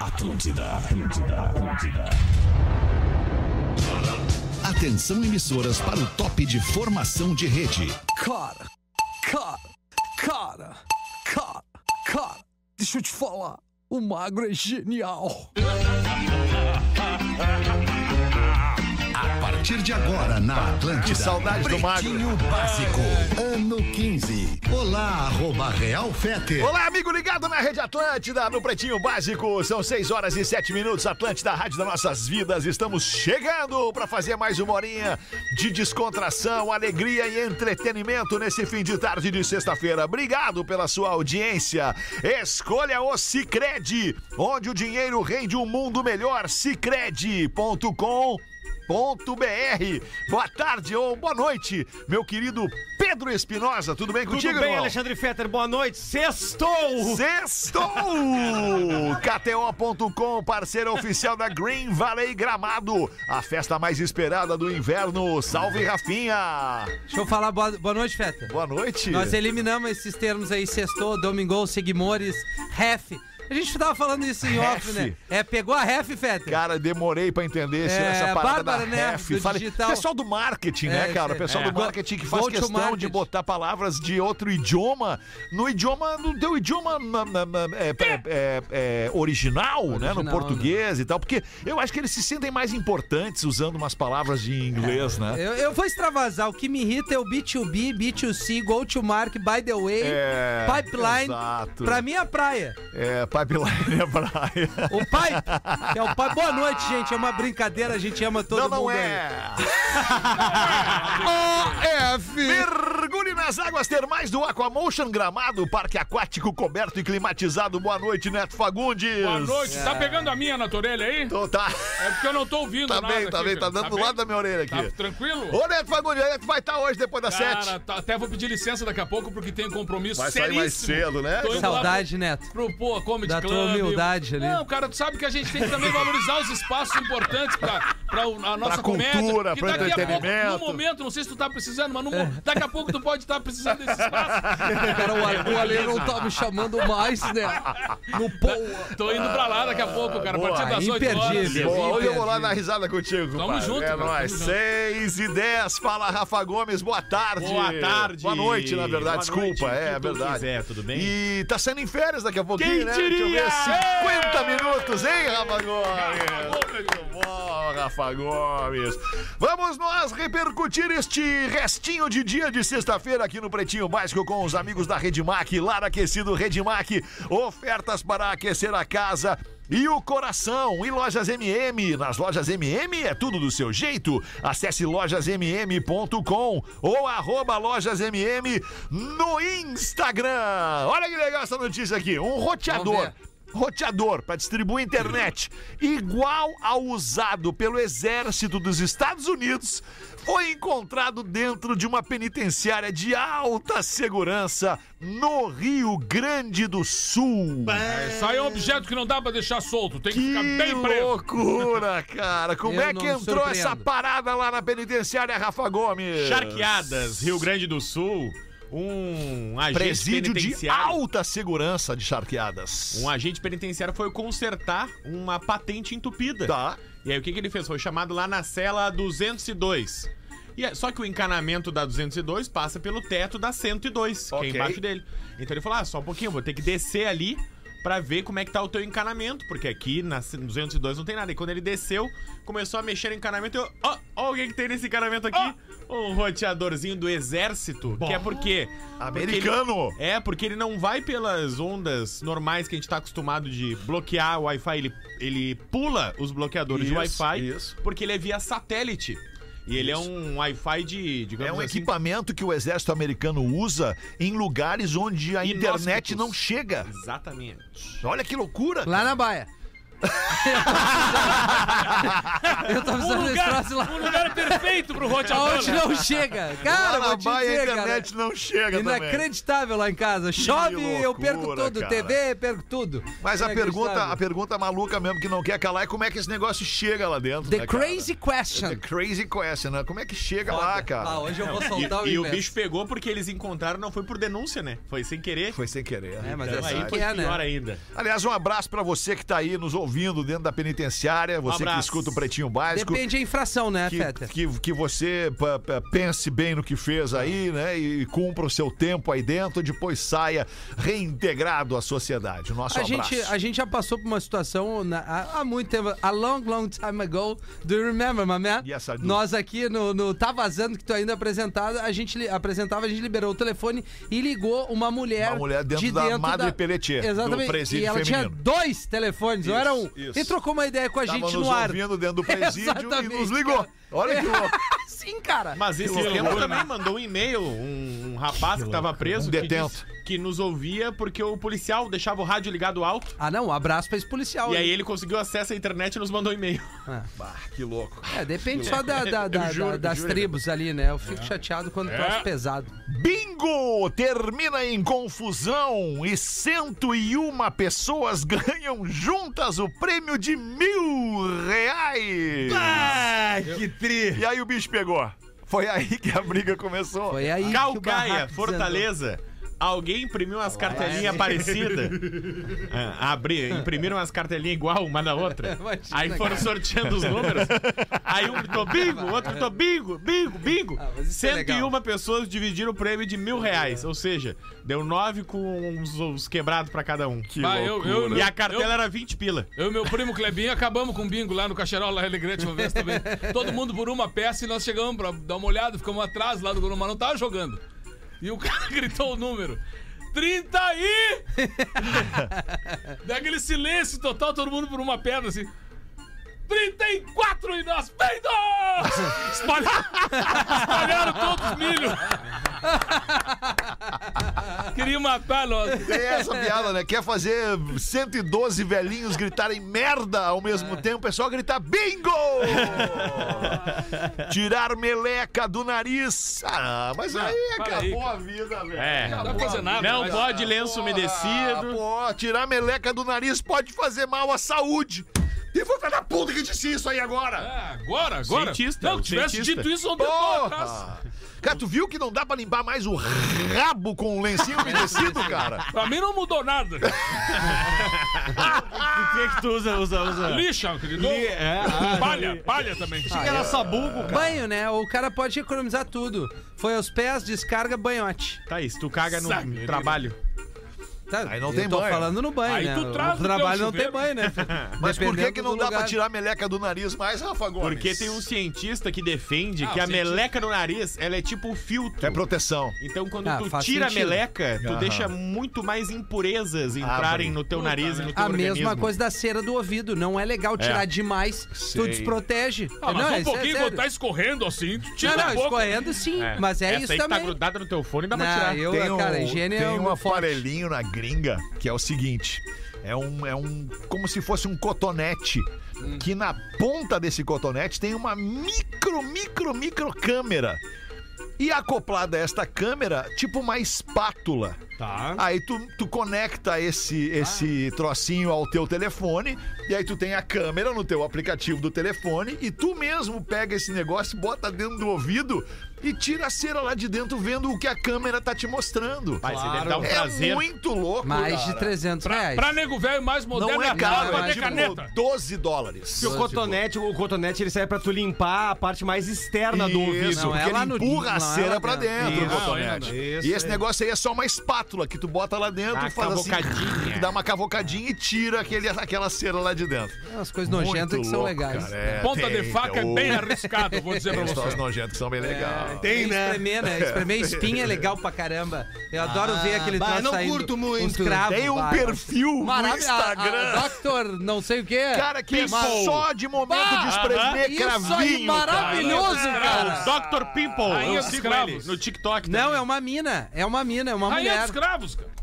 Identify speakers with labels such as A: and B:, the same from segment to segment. A: Atlântida, Atlântida, Atlântida. Atenção emissoras para o top de formação de rede.
B: Cara, cara, cara, cara, cara, deixa eu te falar, o magro é genial.
A: A partir de agora na Atlântida.
C: saudade do Magro.
A: Pretinho Básico, ano 15. Olá, arroba Real Fete.
C: Olá, amigo ligado na Rede Atlântida, no Pretinho Básico. São 6 horas e 7 minutos, Atlântida, a Rádio das Nossas Vidas. Estamos chegando para fazer mais uma horinha de descontração, alegria e entretenimento nesse fim de tarde de sexta-feira. Obrigado pela sua audiência. Escolha o Cicred, onde o dinheiro rende um mundo melhor. Cicred.com www.radiocultura.com.br. Boa tarde ou boa noite, meu querido Pedro Espinosa. Tudo bem
D: Tudo
C: contigo,
D: bem,
C: irmão?
D: Alexandre Fetter? Boa noite. Sextou!
C: Sextou! KTO.com, parceiro oficial da Green Valley Gramado. A festa mais esperada do inverno. Salve, Rafinha!
E: Deixa eu falar boa, boa noite, Feta.
C: Boa noite.
E: Nós eliminamos esses termos aí, sextou, domingou, seguimores, ref. A gente tava falando isso em off,
C: Ref.
E: né? É, pegou a ref, Feta?
C: Cara, demorei pra entender esse-
E: É,
C: essa parada
E: Bárbara,
C: da
E: né,
C: ref.
E: do
C: Falei-
E: digital.
C: pessoal do marketing,
E: É,
C: né, cara?
E: é.
C: Pessoal
E: É.
C: do marketing que faz
E: Go to
C: questão
E: market.
C: de botar palavras de outro idioma no idioma, no teu idioma na- na- na- é, é, é, é, original, né? No
E: Original,
C: português e tal. Porque eu acho que eles se sentem mais importantes usando umas palavras de inglês, né?
E: Eu, eu vou extravasar. O que me irrita é o B2B, B2C, go to market, by the way,
C: É,
E: pipeline.
C: exato.
E: Pra mim é a praia.
C: É, pipeline é praia.
E: O pipe, que é o pipe. Boa noite, gente. É uma brincadeira, a gente ama todo
C: Não,
E: mundo.
C: não
E: aí.
C: é.
E: F.
C: Mergulhe nas águas termais do Aquamotion Gramado, parque aquático coberto e climatizado. Boa noite, Neto Fagundes.
F: Boa noite. Tá
C: É.
F: pegando a minha na tua orelha aí?
C: Então tá.
F: É porque eu não tô ouvindo
C: Tá
F: nada.
C: bem, tá
F: aqui,
C: bem, tá
F: cara.
C: dando do
F: bem?
C: lado da minha orelha aqui.
F: Tá tranquilo?
C: Ô, Neto Fagundes, Neto vai estar hoje depois das
F: Cara,
C: sete.
F: tá- até vou pedir licença daqui a pouco porque tem um compromisso
C: Vai sair
F: seríssimo.
C: mais cedo, né?
F: Tô indo lá
E: Saudade, Neto.
F: Pro, pro pô, Comedy
E: Da tua
F: Club.
E: humildade ali.
F: Não, cara, tu sabe que a gente tem que também valorizar os espaços importantes pra, pra o- a nossa
C: cultura,
F: comédia. que
C: pro
F: daqui A
C: entretenimento.
F: pouco, no momento, não sei se tu tá precisando, mas no mo-
E: É.
F: daqui a pouco tu pode estar precisando desse espaço.
B: Cara, o, Ale- o Ale não tá me chamando mais, né? No poa.
F: Tô indo pra lá daqui a pouco, cara. A
C: Boa.
F: partir das 8 horas.
E: Imperdível.
C: Bom, hoje eu vou lá
E: imperdível.
C: dar risada contigo,
F: Tamo
C: compadre.
F: junto,
C: É
F: cara,
C: nóis.
F: tamo junto.
C: 6 e 10. Fala, Rafa Gomes. Boa tarde.
G: Boa tarde.
C: Boa noite, na verdade.
G: Boa noite,
C: Desculpa,
G: o que
C: é, é
G: tu
C: verdade.
G: quiser, tudo bem?
C: E tá sendo em férias daqui a pouquinho,
G: Quem
C: né?
G: diria?
C: Deixa eu ver. 50 minutos, hein, Rafa Gomes? Muito bom, Rafa Gomes. Vamos nós repercutir este restinho de dia de sexta-feira aqui no Pretinho Básico com os amigos da Redmac, Lar Aquecido Redmac, ofertas para aquecer a casa. E o coração, e lojas MM. Nas lojas MM é tudo do seu jeito. Acesse lojasmm.com ou arroba lojasmm no Instagram. Olha que legal essa notícia aqui. Um roteador.
E: ver.
C: Roteador para distribuir internet igual ao usado pelo exército dos Estados Unidos foi encontrado dentro de uma penitenciária de alta segurança no Rio Grande do Sul.
F: Isso aí é um objeto que não dá pra deixar solto. Tem que, ficar
C: Que
F: bem preso.
C: loucura, cara! Como
E: Eu
C: é que
E: não
C: entrou
E: surpreendo.
C: essa parada lá na penitenciária, Rafa Gomes?
G: Charqueadas, Rio Grande do Sul, um agente
C: Presídio de
G: penitenciário.
C: alta segurança de charqueadas.
G: Um agente penitenciário foi consertar uma patente entupida.
C: Tá.
G: E aí o que, que ele fez? Foi chamado lá na cela 202. E é- só que o encanamento da 202 passa pelo teto da 102,
C: Ok.
G: que é embaixo dele. Então ele falou: "Ah, só um pouquinho, vou ter que descer ali pra ver como é que tá o teu encanamento, porque aqui na 202 não tem nada". E quando ele desceu, começou a mexer no encanamento, eu, ó, ó o que que tem nesse encanamento aqui? Um roteadorzinho do exército, que é porque
C: Americano!
G: porque ele- é, porque ele não vai pelas ondas normais que a gente tá acostumado de bloquear o Wi-Fi, ele, ele pula os bloqueadores de
C: Isso,
G: Wi-Fi,
C: isso.
G: porque ele é via satélite. E ele é um Wi-Fi de, digamos
C: É um
G: assim,
C: equipamento que o exército americano usa em lugares onde a
G: Inóspitos.
C: internet não chega.
G: Exatamente.
C: Olha que loucura!
E: Lá na baia. Eu tô
F: Um
E: precisando desse
F: lugar,
E: troço lá.
F: um lugar perfeito pro roteador.
E: Aonde não chega.
C: Lá
E: Cara,
C: na
E: vou te
C: Bahia
E: dizer,
C: a
E: cara.
C: internet não chega
B: é
C: também.
E: Inacreditável lá em casa. Chove, eu
C: loucura,
E: perco tudo.
C: cara.
E: TV, perco tudo.
C: Mas a pergunta, a
E: Inacreditável.
C: pergunta maluca mesmo que não quer calar é como é que esse negócio chega lá dentro,
E: The
C: né, cara?
E: crazy question.
C: The crazy question, né? Como é que chega lá, cara?
E: Ah, hoje eu vou
G: E,
E: soltar o
G: e o
E: inverso.
G: bicho pegou porque eles encontraram, não foi por denúncia, né? Foi sem querer.
C: Foi sem querer.
E: É, mas
G: Então,
E: é assim
G: aí
E: que
G: foi
E: é, né?
G: pior ainda.
C: Aliás, um abraço pra você que tá aí nos ouvindo dentro da penitenciária, você que
G: Um abraço.
C: escuta o Pretinho Básico.
E: Depende da infração, né,
C: Que,
E: Peter?
C: que, que você pa- pa- pense bem no que fez aí, né? E cumpra o seu tempo aí dentro, depois saia reintegrado à sociedade. Nosso
E: A
C: abraço.
E: gente, a gente já passou por uma situação na- há, há muito tempo, a long, long time ago. Do you remember, my man?
C: Yes, I do.
E: Nós aqui no, no Tá Vazando, que tu ainda apresentado, a gente li- apresentava, a gente liberou o telefone e ligou uma mulher.
C: Uma mulher dentro da Madre Pelletier, do
E: Exatamente.
C: presídio
E: e ela tinha
C: feminino.
E: dois telefones, não era um.
C: isso.
E: E trocou uma ideia com a
C: Tava
E: gente
C: nos
E: no ar.
C: ouvindo dentro do presídio e
E: Exatamente,
C: nos ligou.
E: cara.
C: Olha que louco.
E: Sim, cara.
G: Mas esse
C: loucura,
G: tempo
C: né?
G: também mandou um e-mail, um, um rapaz que, tava preso,
C: Um
G: que,
C: detento.
G: disse que nos ouvia porque o policial deixava o rádio ligado alto.
E: Ah, não, um abraço pra esse policial.
G: E
E: né?
G: aí ele conseguiu acesso à internet e nos mandou um e-mail.
C: Que louco.
E: É, depende só da- da- da- da- das tribos ali, né? Eu fico chateado quando o troço pesado.
C: Bingo! Termina em confusão e 101 pessoas ganham juntas o prêmio de mil reais.
E: Ah!
D: Ai, que tri.
C: E aí o bicho pegou. Foi aí que a briga começou.
E: Foi aí. que o
G: Calcaia,
E: barraco
G: Fortaleza. Alguém imprimiu umas cartelinhas parecidas. Ah, abri, imprimiram umas cartelinhas igual uma na outra.
E: Imagina,
G: Aí foram
E: cara.
G: sorteando os números. Aí um gritou bingo, outro gritou bingo, bingo, bingo.
E: Ah, mas isso é
G: 101 pessoas dividiram o prêmio de mil reais. Ou seja, deu nove com uns, uns quebrados pra cada um.
F: Bah, eu- eu-
G: E a cartela era 20 pila.
F: Eu e meu primo Clebinho acabamos com o bingo lá no Cacherol, lá em Alegrete, uma vez também. Todo mundo por uma peça e nós chegamos pra dar uma olhada, ficamos atrás lá do Guru, mas não tava jogando. E o cara gritou o número. 30 aí! Daí aquele silêncio total, todo mundo por uma pedra assim. 34 e nós peidos! Espalharam, espalharam todos os milho. Queria matar nós.
C: Tem essa piada, né? Quer fazer 112 velhinhos gritarem merda ao mesmo tempo, é só gritar bingo! Tirar meleca do nariz. Ah, mas aí
F: para
C: acabou
F: aí,
C: a vida, velho.
G: É.
F: Não dá pra fazer nada. né?
G: Não
F: Ah, mas-
G: pode lenço
C: Ah,
G: umedecido.
C: pô, tirar meleca do nariz pode fazer mal à saúde. E foi filho da puta que disse isso aí agora.
F: Ah, agora, agora.
G: Cientista,
F: não,
G: o
F: tivesse
G: cientista.
F: dito isso ontem eu tô atrás.
C: Porra! Cara, tu viu que não dá pra limpar mais o rabo com um lencinho umedecido, cara?
F: Pra mim não mudou nada.
D: O que é que tu usa, usa, usa?
F: Lixa, querido.
D: É, ah,
F: Palha, palha também.
D: era sabugo, cara.
E: Banho, né? O cara pode economizar tudo. Foi aos pés, descarga, banhote.
G: Tá isso, tu caga no
F: Sabe.
G: trabalho.
E: Tá?
C: Aí não
E: Eu
C: tem
E: tô
C: banho.
E: falando no banho,
F: Aí
E: né?
F: tu traz
E: o
F: o
E: trabalho
F: teu
E: não tem
F: chuveiro.
E: banho, né?
C: Mas por que, que não dá pra
E: para
C: tirar a meleca do nariz mais, Rafa Gomes?
G: Porque tem um cientista que defende
F: Ah,
G: que
F: o
G: a
F: cientista.
G: meleca no nariz, ela é tipo um filtro.
C: É proteção.
G: Então quando
E: Ah,
G: tu
E: faz
G: tira a
E: sentido.
G: meleca, tu
C: Aham. Ah,
G: deixa muito mais impurezas entrarem
C: Abre.
G: no teu nariz e no
E: né?
G: teu
E: A
G: organismo.
E: mesma coisa da cera do ouvido. Não é legal tirar
G: É.
E: demais. Tu
C: Sei.
E: desprotege.
F: Ah, mas
E: não,
F: um
E: isso é
F: pouquinho,
E: sério.
F: quando tá escorrendo assim, tu tira
E: Não, não,
F: um pouco.
E: escorrendo sim. Mas é
G: Essa
E: isso
G: aí que tá
E: também.
G: grudada no teu fone, dá pra
E: Não,
G: tirar.
E: eu-
C: tem um,
E: cara, higiene é
C: tem um
E: um forte.
C: aparelhinho na gringa que é o seguinte: é um, é um. como se fosse um cotonete.
E: Hum.
C: Que na ponta desse cotonete tem uma micro, micro, micro câmera. E acoplada a esta câmera, tipo uma espátula.
D: Tá.
C: Aí tu, tu conecta esse, esse trocinho ao teu telefone, e aí tu tem a câmera no teu aplicativo do telefone, e tu mesmo pega esse negócio, bota dentro do ouvido e tira a cera lá de dentro vendo o que a câmera tá te mostrando.
G: Pai, você deve dar um
C: é
G: prazer.
C: muito louco,
E: Mais
C: cara.
E: de 300 reais.
F: Pra nego velho mais
C: Não
F: moderno
C: é caro,
F: pra
C: é
F: ter
C: tipo
F: caneta.
C: 12 dólares.
D: Porque o cotonete, o cotonete ele serve pra tu limpar a parte mais externa do ouvido.
C: Isso,
E: Não, é
C: porque
E: lá
C: ele
E: no-
C: empurra a
E: não é
C: cera
E: lá
C: pra
E: dentro.
C: dentro,
F: Isso,
C: o cotonete.
F: ainda.
D: Isso
C: e esse
D: aí.
C: negócio aí é só uma espátula que tu bota lá dentro
G: Dá
C: e faz assim,
G: cavocadinha.
C: dá uma cavocadinha e tira aquele, aquela cera lá de dentro.
E: É, As coisas nojentas que são legais.
F: Ponta de faca é bem
C: legal.
F: arriscado, vou dizer pra
C: Os
F: você.
C: nojentos que são
E: É,
C: bem legais.
D: Tem, né?
E: Espremer, né? Espremer espinha é legal pra caramba. Eu adoro ver aquele
D: bah,
E: troço
D: eu não
E: saindo,
D: curto
E: uns
D: muito.
E: cravos,
C: Tem um
E: bah,
C: perfil no
E: Maravilha, a- a-
C: Instagram.
E: Doctor, não sei o quê.
C: Cara, que é
E: People. Ah,
C: só de momento de espremer
E: Isso aí,
C: cravinho.
E: maravilhoso,
G: Ah,
E: cara.
G: o Dr. Pimple,
F: Rainha
G: eu
F: dos
G: sigo
F: cravos.
G: ele no TikTok.
C: né?
E: Não,
G: também.
E: é uma mina. É uma mina, é uma
F: Rainha
E: mulher.
F: dos cravos, cara.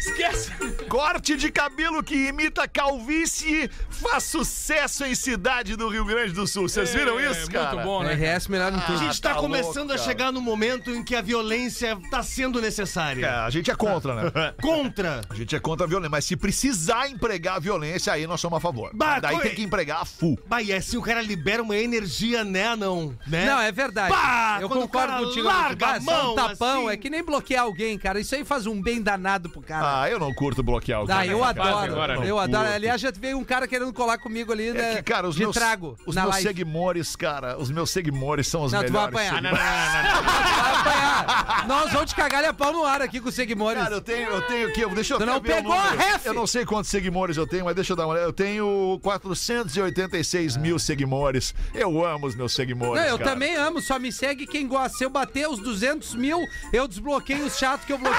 F: Esquece.
C: Corte de cabelo que imita calvície faz sucesso em cidade do Rio Grande do Sul. Vocês viram
F: É,
C: isso, cara?
F: Muito bom, né?
E: RS melhor em
D: A
E: tudo.
D: gente tá,
C: tá
D: começando
C: louco,
D: a
C: cara.
D: chegar no momento em que a violência tá sendo
C: É,
D: necessária.
C: a gente é contra, né?
D: Contra.
C: A gente é contra a violência, mas se precisar empregar a violência, aí nós somos a favor.
D: Bah,
C: Daí
D: coi-
C: tem que empregar a full.
D: Bah, e assim o cara libera uma energia, né, não? Né?
E: Não, é verdade.
D: Pá,
E: eu
D: quando o
E: concordo
D: cara
E: contigo.
D: larga
E: Bah,
D: a
E: só
D: mão,
E: um tapão
D: assim.
E: é que nem bloqueio bloquear alguém, cara. Isso aí faz um bem danado pro cara.
C: Ah, eu não curto bloquear o
E: Ah,
C: cara.
E: eu
G: fase
E: adoro.
G: agora,
D: né?
E: eu
C: não
E: adoro.
C: curto.
E: Aliás, já veio um cara querendo colar comigo ali né,
C: É que, cara, os
E: de
C: meus,
E: trago
C: os
E: na
C: meus
E: live.
C: seguimores, cara, os meus seguimores são os
E: Não, tu vai
C: melhores.
E: apanhar.
D: Ah,
C: seguimores.
E: Vai apanhar. Nós vamos te cagar a pau no ar aqui com os seguimores.
C: Cara, eu tenho, eu tenho aqui, eu- deixa eu
E: Tu
C: até
E: não
C: ver o
E: pegou a
C: número.
E: ref!
C: Eu não sei quantos seguimores eu tenho, mas deixa eu dar uma olhada. Eu tenho 486 mil seguimores. Eu amo os meus seguimores,
E: Não, eu
C: cara.
E: também amo, só me segue quem gosta. Se eu bater os 200 mil, eu desbloqueio os chatos que eu bloqueei.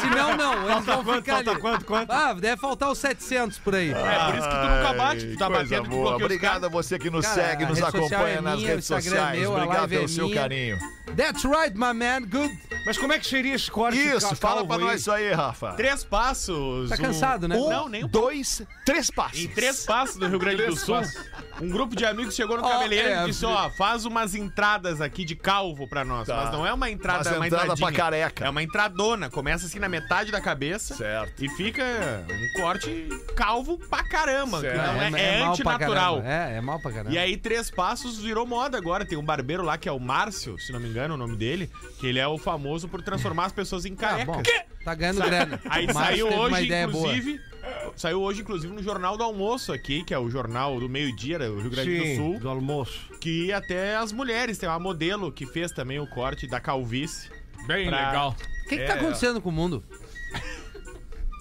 E: Se não, não, eles vão
D: quanto,
E: ficar
D: falta
E: ali.
D: quanto, quanto?
E: Ah, deve faltar os 700 por aí.
G: É por isso que tu nunca bate, tu tá
C: Coisa
G: batendo
C: boa. Obrigado a você que nos
E: Cara,
C: segue,
E: a
C: nos
E: rede social
C: acompanha
E: é
C: nas
E: minha, o
C: redes
E: Instagram é
C: sociais.
E: meu, a
C: Obrigado
E: live é
C: pelo seu
E: minha.
C: carinho.
E: That's right, my man. Good.
D: Mas como é que seria esse corte
C: Isso,
D: ca-
C: fala
D: calvo
C: pra
D: aí?
C: nós isso aí, Rafa.
G: Três passos.
E: Tá
G: um-
E: cansado, né?
G: Um,
E: Não,
G: não, nem um
C: Dois, três passos.
G: Em Três Passos, do Rio Grande do
F: Três
G: Sul,
F: Passos.
G: um grupo de amigos chegou no
E: Ó,
G: cabeleireiro
E: é,
G: e disse, ó, faz umas entradas aqui de calvo pra nós.
C: Tá.
G: Mas não é uma entrada,
C: Mas
G: é uma
C: entrada
G: entradinha.
C: pra careca.
G: É uma entradona, começa assim na metade da cabeça.
C: Certo.
G: E fica um corte calvo pra caramba. que
C: Certo.
G: não é, é,
E: mal pra
G: antinatural.
E: caramba. É, é mal pra caramba.
G: E aí, Três Passos virou moda agora. Tem um barbeiro lá que é o Márcio, se não me engano é o nome dele, que ele é o famoso por transformar as pessoas em
E: tá, bom,
G: carecas.
E: tá ganhando grana.
G: é Aí
E: O Márcio
G: saiu
E: teve
G: hoje, inclusive. Saiu hoje, inclusive, no Jornal do Almoço aqui, que é o jornal do meio-dia, né, do Rio Grande
D: Sim,
G: do Sul,
D: do almoço.
G: que até as mulheres, tem uma modelo que fez também o corte da calvície.
E: É.
F: Bem
G: Pra-
F: legal.
E: O que, que tá acontecendo com o mundo?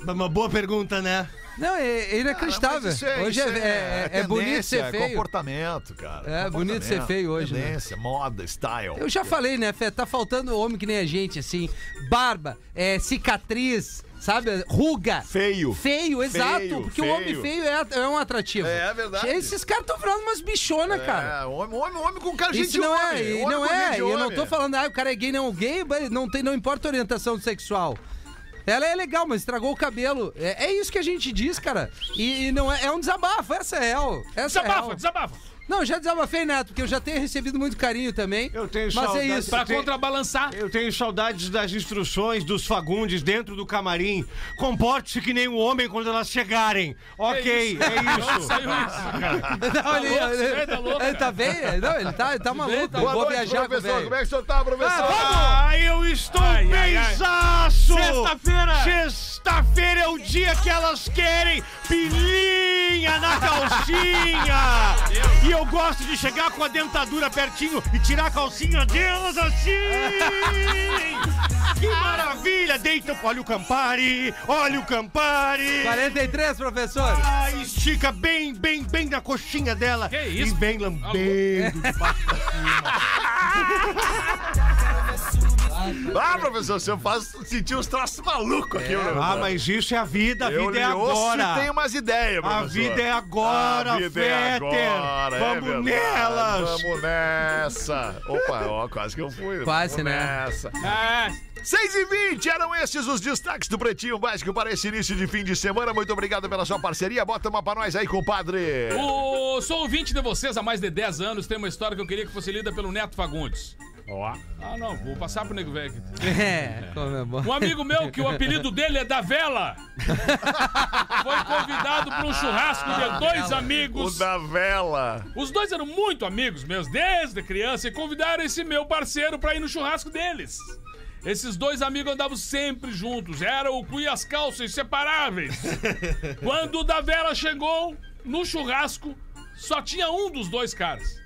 D: Uma boa pergunta, né?
E: Não, é, é inacreditável.
C: Isso é-
E: hoje é,
C: isso
E: é, é,
C: tendência,
E: bonito ser
C: é
E: feio.
C: comportamento, cara.
E: É, bonito ser
C: Comportamento,
E: feio hoje, né?
C: Tendência, moda, style.
E: Eu já falei, né, Fê? Tá faltando homem que nem a gente, assim. Barba, é, cicatriz, sabe? Ruga.
C: Feio.
E: Feio, exato. Porque
C: feio.
E: o homem feio é, at- é um atrativo.
C: É, é verdade.
E: Esses caras estão virando umas bichonas, cara.
C: É, homem, homem, homem com cara de
E: Isso não é,
C: homem,
E: e
C: homem
E: não
C: com
E: é.
C: gente um de
E: Eu não
C: homem.
E: tô falando, ah, o cara é gay, não. Gay, mas não, tem, não importa a orientação sexual. Ela é legal, mas estragou o cabelo. É, é isso que a gente diz, cara. E, e não é, é um desabafo, essa é real. Essa é
F: Desabafa,
E: real.
F: desabafa.
E: Não, já desabafei, Neto, porque eu já tenho recebido muito carinho também.
D: Eu tenho
E: Mas
D: saudade.
E: é isso.
F: Pra
D: Tem-
F: contrabalançar.
D: Eu tenho saudades das instruções dos Fagundes dentro do camarim. Comporte-se que nem um homem quando elas chegarem. Ok, é
F: Não
D: isso. é
F: saiu isso, cara.
E: Não, ele,
F: louco, esse
E: ele-
F: velho tá louco,
E: ele tá bem? Não, ele tá, ele tá maluco.
F: tá
E: eu
C: Boa
E: vou
C: noite,
E: viajar com o
C: professor.
E: velho.
C: Como é que o senhor tá, professor?
D: Ah, eu estou
F: ai, ai.
D: benzaço!
G: Sexta-feira.
D: Sexta-feira é o dia que elas querem pilinha na calcinha! e eu gosto de chegar com a dentadura pertinho e tirar a calcinha delas assim! que maravilha! Deita, olha o Campari! Olha o Campari!
F: é?
E: 43, professor.
D: Ah, estica bem, bem, bem na coxinha dela.
F: Que isso?
D: E vem lambendo.
C: Ah, professor, o senhor faz sentir uns traços malucos aqui, né? professor.
D: Ah, mas isso é a vida, a
C: Eu
D: vida é
C: lhe ouço e
D: agora.
C: tenho umas ideias,
D: A
C: professor.
D: vida é agora,
C: A vida é
D: Fetter.
C: agora, é
D: Vamos
C: verdade.
D: nelas.
C: Vamos nessa. Opa, ó, quase que eu fui.
E: Quase,
C: Vamos
E: né?
C: Nessa.
F: Ah,
C: 6 e 20 eram esses os destaques do Pretinho Básico para esse início de fim de semana. Muito obrigado pela sua parceria. Bota uma pra nós aí, compadre.
F: o- sou ouvinte de vocês há mais de 10 anos. Tem uma história que eu queria que fosse lida pelo Neto Fagundes. Ó. Ah, não, vou passar pro nego velho. aqui.
E: É, como é bom.
F: Um amigo meu, que o apelido dele é da Vela, foi convidado para um churrasco de dois
C: O
F: amigos.
C: da vela.
F: Os dois eram muito amigos meus desde criança e convidaram esse meu parceiro para ir no churrasco deles. Esses dois amigos andavam sempre juntos, eram o cu e as calças inseparáveis. Quando o da Vela chegou no churrasco, só tinha um dos dois caras.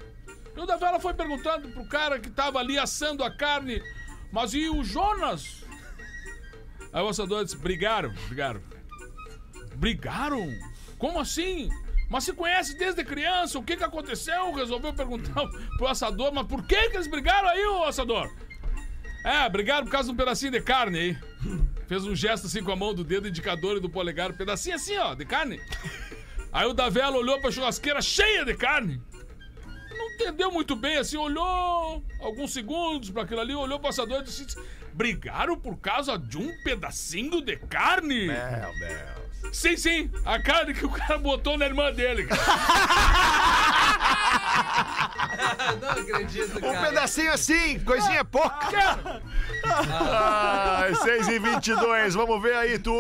F: E o da Vela foi perguntando pro cara que tava ali assando a carne, mas e o Jonas? Aí o assador disse, brigaram, brigaram. Brigaram? Como assim? Mas se conhece desde criança, o que que aconteceu? Resolveu perguntar pro assador, mas por que que eles brigaram aí, ô assador? É, brigaram por causa de um pedacinho de carne aí. Fez um gesto assim com a mão do dedo indicador e do polegar, pedacinho assim, ó, de carne. Aí o Davela olhou pra churrasqueira cheia de carne. Não entendeu muito bem, assim, olhou alguns segundos pra aquilo ali, olhou pro assador e disse: Brigaram por causa de um pedacinho de
G: É.
F: carne?
C: Meu Deus.
F: Sim, sim, a carne que o cara botou na irmã dele, cara.
E: Não acredito,
C: Um pedacinho assim, coisinha pouca. Ah, 6 e 22 vamos ver aí tu.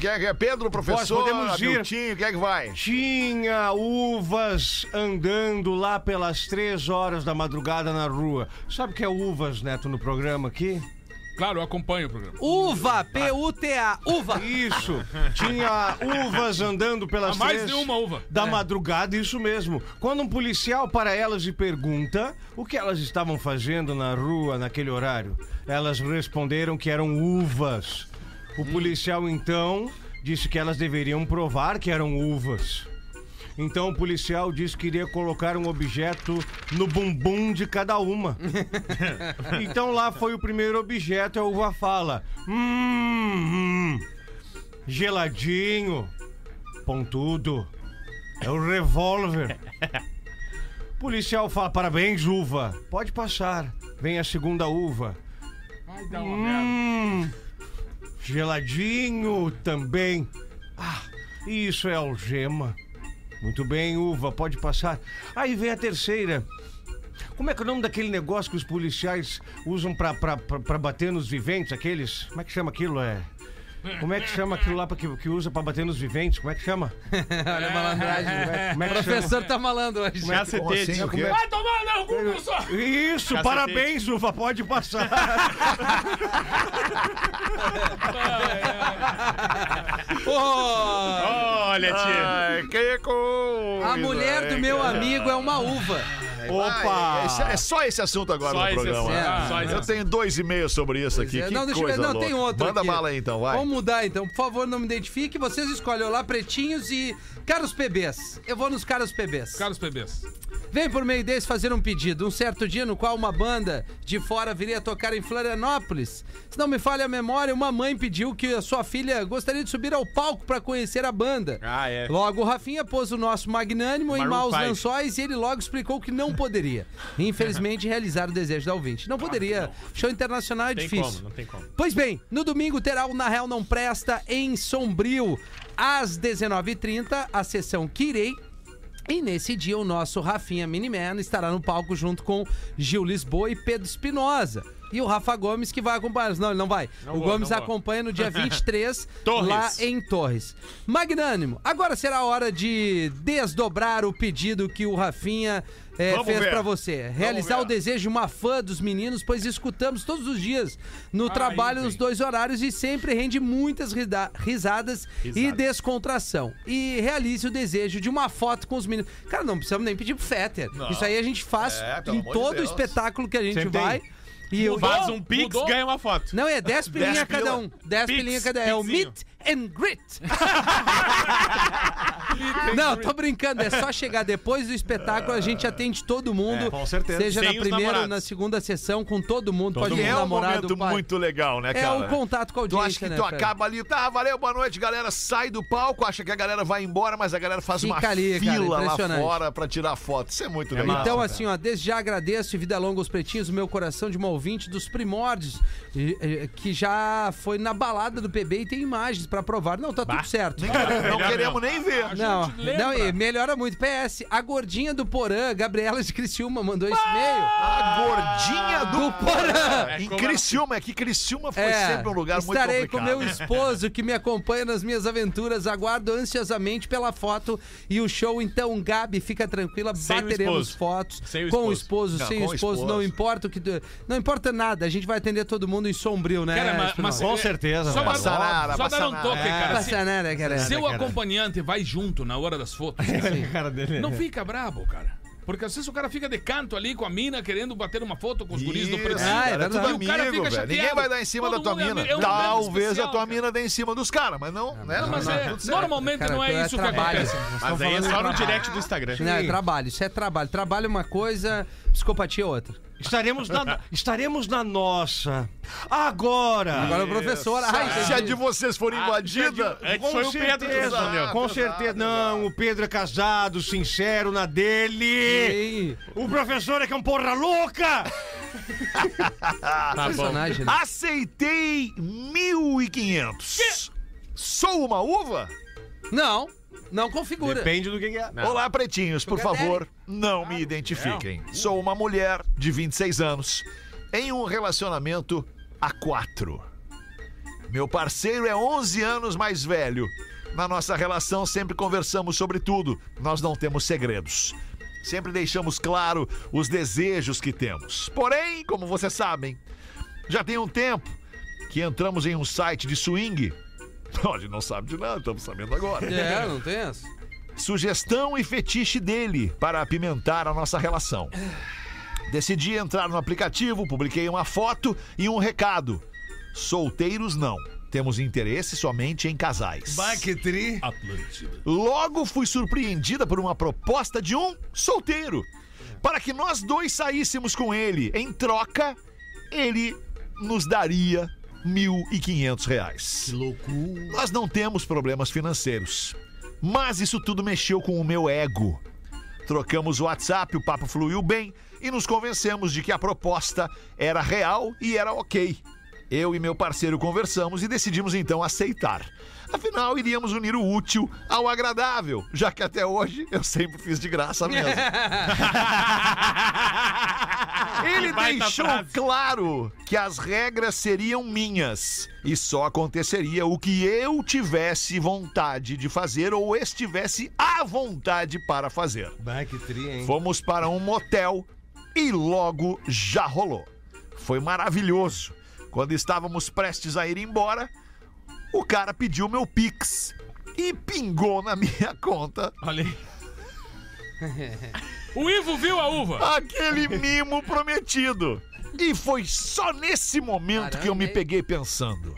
C: Quem é que é Pedro, professor?
D: podemos ir.
C: Miltinho, quem é que vai?
D: Tinha uvas andando lá pelas três horas da madrugada na rua. Sabe o que é uvas, Neto, no programa aqui?
F: Claro, eu acompanho o programa.
E: Uva, P-U-T-A, uva.
D: Isso. Tinha uvas andando pelas
F: Ah, mais
D: três
F: de uma uva.
D: Da madrugada, isso mesmo. Quando um policial para elas e pergunta o que elas estavam fazendo na rua naquele horário, elas responderam que eram uvas. O
F: Hum.
D: policial então disse que elas deveriam provar que eram uvas. Então o policial disse que iria colocar um objeto no bumbum de cada uma. então lá foi o primeiro objeto, é a uva fala. Hum, hum, geladinho, pontudo. É o revólver. O policial fala, parabéns, uva. Pode passar. Vem a segunda uva.
F: Ai, dá uma merda.
D: Hum, geladinho também. Ah, isso é algema. Muito bem, uva, pode passar. Aí vem a terceira. Como é que é o nome daquele negócio que os policiais usam pra, pra, pra, pra bater nos viventes, aqueles? Como é que chama aquilo? É. Como é que chama aquilo lá pra que, que usa pra bater nos viventes? Como é que chama?
E: Olha a malandragem.
D: Como é que
E: O professor tá malandro hoje.
D: Como é que-
G: Cacetete.
C: o quê?
F: Vai tomar não, cu, professor!
D: Isso,
G: Cacetete.
D: parabéns, Uva, pode passar.
E: Pô,
G: Olha, tia.
C: Ai, que coisa,
E: a mulher do
C: hein,
E: meu
C: cara?
E: amigo é uma uva.
D: Opa!
C: Ai, esse- é só esse assunto agora
G: Só
C: no
G: esse
C: programa.
E: assunto,
C: né?
E: só
G: esse
C: eu tenho dois e-mails sobre isso aqui.
E: É,
C: que
E: não, deixa eu
C: coisa
E: ver. Não,
C: louca.
E: tem outro.
C: Manda
E: aqui.
C: bala aí então, vai.
E: Vamos mudar então. Por favor, não me identifique. Vocês escolhem. Olá, pretinhos e caros PBs. Eu vou nos caros PBs.
F: Caros PBs.
E: Vem por meio deles fazer um pedido. Um certo dia no qual uma banda de fora viria tocar em Florianópolis. Se não me falha a memória, uma mãe pediu que a sua filha gostaria de subir ao palco para conhecer a banda.
G: Ah, é.
E: Logo, o Rafinha pôs o nosso magnânimo em
G: Maroon
E: maus
G: five.
E: lençóis e ele logo explicou que não poderia. Infelizmente, realizar o desejo da ouvinte. Não poderia. Show internacional é
G: Ah, Tem
E: difícil.
G: como, não tem como.
E: Pois bem, no domingo terá o Na Real Não Presta em Sombrio, às 19h30, a sessão Kirei. E nesse dia o nosso Rafinha Miniman estará no palco junto com Gil Lisboa e Pedro Espinosa. E o Rafa Gomes que vai acompanhar. Não, ele não vai. o
G: vou,
E: Gomes
G: não vou.
E: acompanha no dia 23
G: Torres.
E: lá em Torres. Magnânimo, agora será a hora de desdobrar o pedido que o Rafinha eh,
G: Vamos
E: fez
G: ver.
E: pra você. Realizar
G: ver.
C: é.
E: o desejo de uma fã dos meninos, pois escutamos todos os dias
C: Ah,
E: no trabalho
F: bem.
E: nos dois horários e sempre rende muitas rida- risadas e descontração. E realize o desejo de uma foto com os meninos. Cara, não precisamos nem pedir pro Fetter. Isso aí a gente faz
C: É, pelo
E: em
C: amor de
E: todo o
C: Deus.
E: espetáculo que a gente
D: Sempre tem.
E: vai. E eu,
G: Faz um pix,
F: Mudou?
G: ganha uma foto.
E: não, é 10
C: pila.
E: pilinha cada um. 10
G: Pix,
E: pilinha cada um. É o
G: pixinho.
E: meet and grit. Não, tô brincando. É só chegar depois do espetáculo. A gente atende
C: É,
E: todo mundo.
D: com certeza.
E: Seja
G: Sem
E: na
G: os
E: primeira ou
G: namorados.
E: na segunda sessão, com todo mundo. Pode
C: Que
E: vir
C: é um
E: namorado,
C: momento
E: pai.
C: muito legal, né,
E: É
C: cara?
E: o contato com a
C: Tu
E: audiência,
C: acha que
E: né,
C: tu
E: Fred?
C: acaba ali, tá, valeu, boa noite, galera. Sai do palco, acha que a galera vai embora, mas a galera faz
E: Fica
C: uma
E: ali, cara,
C: fila lá
E: impressionante.
C: fora pra tirar foto. Isso é muito legal.
E: Então,
C: cara.
E: assim, ó, desde já agradeço e vida longa aos pretinhos, o meu coração de uma ouvinte dos primórdios, e, e, que já foi na balada do PB e tem imagens pra provar. Não, tá tudo certo.
C: não
G: Melhor
C: queremos nem ver.
E: Não,
F: gente lembra.
E: não, e melhora muito. PS, a gordinha do Porã, Gabriela de Criciúma, mandou
F: Ah!
E: esse e-mail.
C: A gordinha do
E: Do Porã! É,
C: Em Criciúma, é que Criciúma foi sempre um lugar muito complicado.
E: estarei com meu esposo que me acompanha nas minhas aventuras. Aguardo ansiosamente pela foto e o show. Então, Gabi, fica tranquila,
G: Sem o
E: bateremos
G: esposo.
E: fotos
G: Sem o
E: com o
G: esposo.
E: esposo,
C: Não,
E: sem
C: com
E: o
C: o
E: esposo,
C: esposo.
E: não importa o que, não importa nada. A gente vai atender todo mundo em sombrio, né?
F: Cara, mas-
E: Espinosa?
F: mas-
D: Com
F: É,
D: certeza,
F: Só,
D: velho.
F: dar-
C: Passanara,
F: só dar um
C: passanara.
F: toque,
E: Não
F: cara. Se,
E: passa nada, cara.
F: seu acompanhante vai junto na hora das fotos,
D: cara dele.
F: não fica brabo, cara. Porque às vezes o cara fica de canto ali com a mina querendo bater uma foto com os guris do
C: Isso,
F: pretinho.
E: Ah, é
C: cara, é tudo
E: verdade.
F: E o cara
C: amigo,
F: fica
C: velho.
F: chateado.
C: Ninguém vai dar em cima
F: Todo
C: da tua
F: mundo é
C: mina.
F: amigo, é um
C: Talvez
F: momento especial,
C: a tua
F: cara.
C: mina dê em cima dos caras, mas não, né?
F: Não, mas
C: Não,
F: é,
C: tudo certo.
F: normalmente
E: Cara,
F: não
E: tu
F: é
E: é
F: isso que
E: trabalho.
F: acontece.
G: Mas aí é só no direct do Instagram.
E: Não, é trabalho, isso é trabalho. Trabalho é uma coisa, psicopatia é outra.
D: Estaremos na, estaremos na nossa. Agora!
E: Agora o professor,
F: Ah,
E: ai,
C: Se a
E: entendi.
C: de vocês for invadida,
F: É.
G: Antes foi o Pedro que
D: certeza,
G: respondeu.
D: Com certeza. Não, o Pedro é casado, sincero na
E: Tá
D: dele.
E: Ei,
D: O professor é que é um porra louca!
E: personagem, né?
C: aceitei 1.500. Sou uma uva?
E: Não, não configura.
D: Depende do que que é.
C: Olá, pretinhos, por
E: Sugar
C: favor, não me identifiquem. Sou uma mulher de 26 anos em um relacionamento a quatro. Meu parceiro é 11 anos mais velho. Na nossa relação sempre conversamos sobre tudo, nós não temos segredos. Sempre deixamos claro os desejos que temos. Porém, como vocês sabem, já tem um tempo que entramos em um site de swing. Não, a gente não sabe de nada, estamos sabendo agora.
E: É, não tem essa?
C: Sugestão e fetiche dele para apimentar a nossa relação. Decidi entrar no aplicativo, publiquei uma foto e um recado. Solteiros não. Temos interesse somente em casais.
B: Baquetri.
F: Atlântida.
C: Logo fui surpreendida por uma proposta de um solteiro. Para que nós dois saíssemos com ele. Em troca, ele nos daria R$ 1.500. reais.
B: Loucura.
C: Nós não temos problemas financeiros. Mas isso tudo mexeu com o meu ego. Trocamos o WhatsApp, o papo fluiu bem e nos convencemos de que a proposta era real e era ok. Eu e meu parceiro conversamos e decidimos então aceitar. Afinal, iríamos unir o útil ao agradável, já que até hoje eu sempre fiz de graça mesmo.
E: é
C: Ele
G: Baita
C: deixou
G: frase.
C: claro que as regras seriam minhas e só aconteceria o que eu tivesse vontade de fazer ou estivesse à vontade para fazer.
B: Baquetri, hein?
C: Fomos para um motel e logo já rolou. Foi maravilhoso. Quando estávamos prestes a ir embora, o cara pediu meu Pix e pingou na minha conta
G: Olha aí.
F: O Ivo viu a uva.
C: aquele mimo prometido. E foi só nesse momento que eu me
E: Caramba, hein?
C: peguei pensando.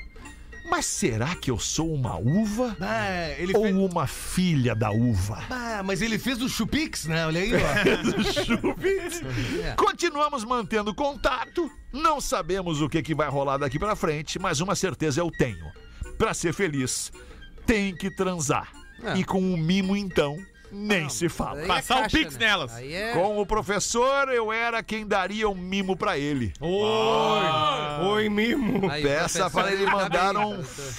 C: Mas será que eu sou uma uva
B: Ah,
D: É,
B: ele
C: ou
B: fez...
C: uma filha da uva?
B: Ah, mas ele fez o Chupix, né? Olha aí, ó.
C: Chupins. Continuamos mantendo contato. Não sabemos o que, que vai rolar daqui pra frente, mas uma certeza eu tenho. Pra ser feliz, tem que transar.
E: É.
C: E com o mimo, então, nem se fala.
E: Aí é
G: Passar o pix nelas.
E: Aí é...
C: Com o professor, eu era quem daria um mimo pra ele.
D: Oi, mimo.
E: Aí,
C: Peça
E: professor,
C: para ele
E: tá
C: mandar
E: bem,
C: um
E: professor.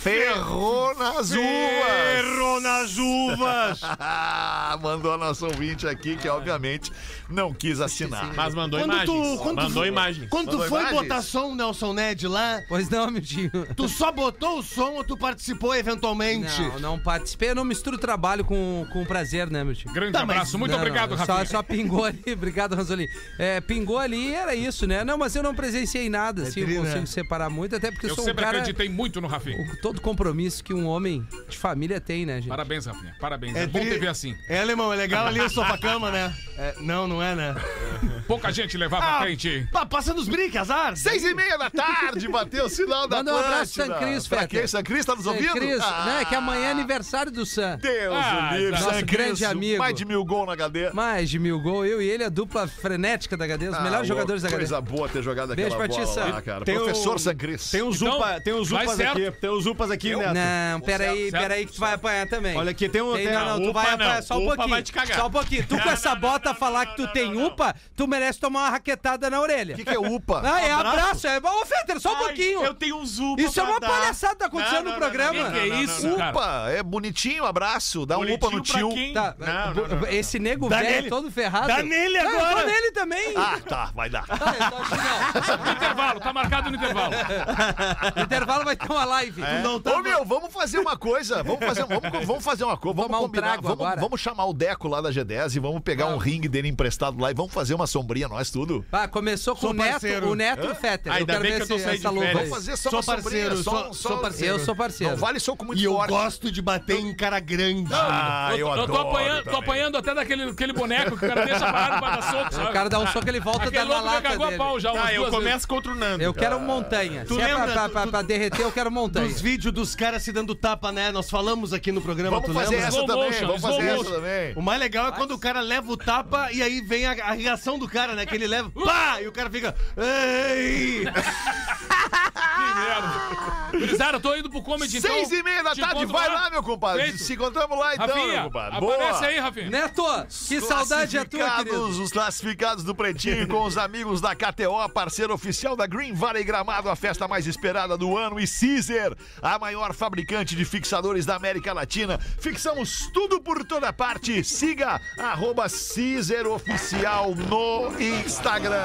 C: ferro nas uvas.
D: Erro nas uvas.
C: Ah, mandou a nossa ouvinte aqui, que obviamente não quis assinar.
G: Mas mandou
D: Quando tu-
G: imagens.
D: quando tu-
G: mandou imagens.
D: Quando tu
C: Mandou
D: foi
C: imagens?
D: botar som, Nelson Ned, lá,
E: Pois não, meu tio.
D: tu só botou o som ou tu participou eventualmente?
E: Não, não participei, eu não misturo trabalho com, com prazer, né, meu tio?
F: Grande
D: Tá, mas-
F: abraço. Muito
E: Não,
F: obrigado,
E: não,
F: Rafinha.
E: Só, só pingou ali, obrigado, Ranzolin. É, pingou ali e era isso, né? Não, mas eu não presenciei nada,
C: É
E: assim,
D: tri,
E: eu
D: né?
E: consigo separar muito, até porque eu
F: Eu
E: sou um
F: sempre
E: cara...
F: acreditei muito no Rafinha.
E: o- Todo compromisso que um homem de família tem, né, gente?
F: Parabéns, Rafinha. Parabéns. É, bom
D: tri-
F: te ver assim.
D: É, alemão, é legal ali o sofá-cama, né? É, não, não é, né?
F: Pouca gente levar pra frente.
D: pá, passa nos brinques, azar.
C: Seis e meia da tarde, bateu o sinal da
E: Manda um abraço,
C: Atlântida.
E: San Cris,
C: Pra
E: Feta.
C: quem? San Cris, tá nos
E: San
C: ouvindo? Ah,
E: Cris, né? Que amanhã é aniversário do Sam.
C: Deus,
F: Ah,
C: o livre.
F: nosso
C: San Cris,
E: grande amigo.
C: Mais de mil gol na HD.
E: Mais de mil gols, eu e ele, a dupla frenética da HD, os
C: Ah,
E: melhores
C: louco,
E: jogadores da HD.
C: Coisa boa ter jogado
E: Beijo
C: aquela
E: pra ti,
C: bola
E: Sam.
C: lá, cara.
H: Tem o-
C: Professor
D: um-
C: San Cris.
H: Tem uns
F: Então,
H: upa, tem uns
F: vai
H: upas
F: certo.
H: aqui, tem uns upas aqui, Neto.
E: Não,
G: é
E: peraí, peraí que tu vai apanhar também.
H: Olha aqui, tem um-
E: Tem,
H: tem-
E: não, não, tu
G: upa
E: vai apanhar
G: não,
E: só um
G: upa
E: pouquinho.
G: vai te cagar.
E: Só um pouquinho. Tu com essa bota falar que tu tem upa, tu merece tomar uma raquetada na orelha.
C: O que, que é UPA?
E: Ah, é abraço, é bom, Fetter, só um pouquinho.
G: Eu tenho um zupa.
E: Isso é
G: pra
E: uma
G: dar.
E: palhaçada que tá acontecendo
G: Não,
E: no
G: não, não,
E: programa.
G: não, não,
F: Que
G: não, não,
F: isso,
G: não.
F: cara?
C: UPA, é bonitinho, abraço. Dá um UPA no
G: Bonitinho pra
C: tio.
G: quem?
E: Tá,
G: Não, não, não, não.
E: esse nego
D: Dá
E: velho é
D: nele.
E: todo ferrado.
D: Dá nele
E: Ah, eu
D: agora.
E: tô nele também.
C: Ah, tá, vai dar.
E: Ah, eu tô aqui, não.
F: Intervalo, tá marcado no intervalo.
E: No intervalo vai ter uma live.
D: Não
C: Ô meu, vamos fazer uma coisa. Vamos fazer, vamos, vamos fazer uma coisa. Vamos
E: Tomar um
C: combinar.
E: trago
C: vamos,
E: agora.
C: vamos chamar o Deco lá da G10 e vamos pegar um ringue dele emprestado lá e vamos fazer uma sombrinha nós tudo.
E: Ah, começou com
D: Sou
E: o Neto,
D: parceiro.
E: o Neto e o Fetter.
G: Ainda
E: eu quero
G: bem
E: ver
G: que eu tô
E: esse-
G: saindo de
E: essa luva
G: férias.
E: aí.
C: Vamos fazer só
D: Sou
C: uma sombrinha,
D: parceiro,
C: só, um,
D: sou-
C: só-
D: sou parceiro.
E: Eu sou parceiro.
C: Não vale soco muito
D: E eu
C: forte.
D: gosto de bater em cara grande.
C: Ah, eu,
F: tô
C: adoro
F: apanhando, tô
C: também.
F: apanhando até daquele aquele boneco que o cara deixa parado pra dar soco, sabe?
E: O cara dá um soco, ele volta
F: Aquele
E: da
F: louco já
E: lata
F: cagou a
E: dele.
F: pau já umas
G: Tá, eu
F: duas vezes.
G: começo contra o Nando.
E: Eu quero montanha. Se é
D: lembra
E: pra, pra-
D: do-
E: pra- pra derreter, eu quero montanha.
D: Os vídeos dos caras se dando tapa, né? Nós falamos aqui no programa,
C: Vamos
D: tu
C: fazer
D: lembra?
C: essa
F: Slow
C: também,
F: motion,
C: vamos
F: slow
C: fazer essa
F: motion.
C: também.
D: O mais legal é quando o cara leva o tapa e aí vem a, a reação do cara, né? Que ele leva, pá! E o cara fica. Ei!
F: Que merda. Ah! Gurizada, eu tô indo pro comedy então.
C: Seis e meia da
F: Te
C: tarde,
F: encontro
C: vai lá, meu compadre.
F: Feito.
C: Se encontramos lá então, meu
F: Rafinha,
C: compadre.
F: aparece
C: Boa.
F: aí, Rafinha.
E: Neto, que saudade é tua, querido.
C: Classificados, Os classificados do Pretinho com os amigos da KTO, parceiro oficial da Green Valley Gramado, a festa mais esperada do ano, e Caesar, a maior fabricante de fixadores da América Latina. Fixamos tudo por toda parte. Siga arroba Caesar Oficial no Instagram.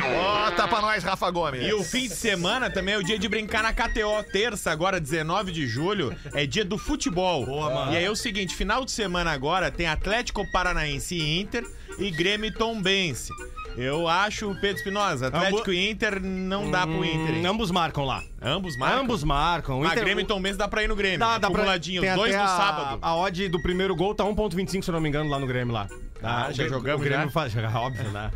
C: Bota tá pra nós, Rafa Gomes.
G: E o fim de semana também é o dia de brincar na KTO. Terça, agora, 19 de julho, é dia do futebol. Boa, mano. E aí é o seguinte: final de semana agora tem Atlético Paranaense e Inter e Grêmio e Tombense. Eu acho o Pedro Espinosa. Atlético e Inter não dá pro Inter. hein?
D: Ambos marcam lá.
G: Ambos Hum. marcam.
D: Hum, Ambos marcam. O
G: Mas
D: Inter-
G: Grêmio e Tom Benz dá pra ir no Grêmio.
D: Dá, dá pra...
G: Acumuladinho,
D: tem
G: dois
D: até
G: no
D: a-
G: sábado.
D: A odd do primeiro gol tá 1.25, se eu não me engano, lá no Grêmio lá.
G: Ah,
D: Tá, o
G: já
D: Grêmio-
G: jogamos,
D: o Grêmio
G: já?
D: faz, já, óbvio, né?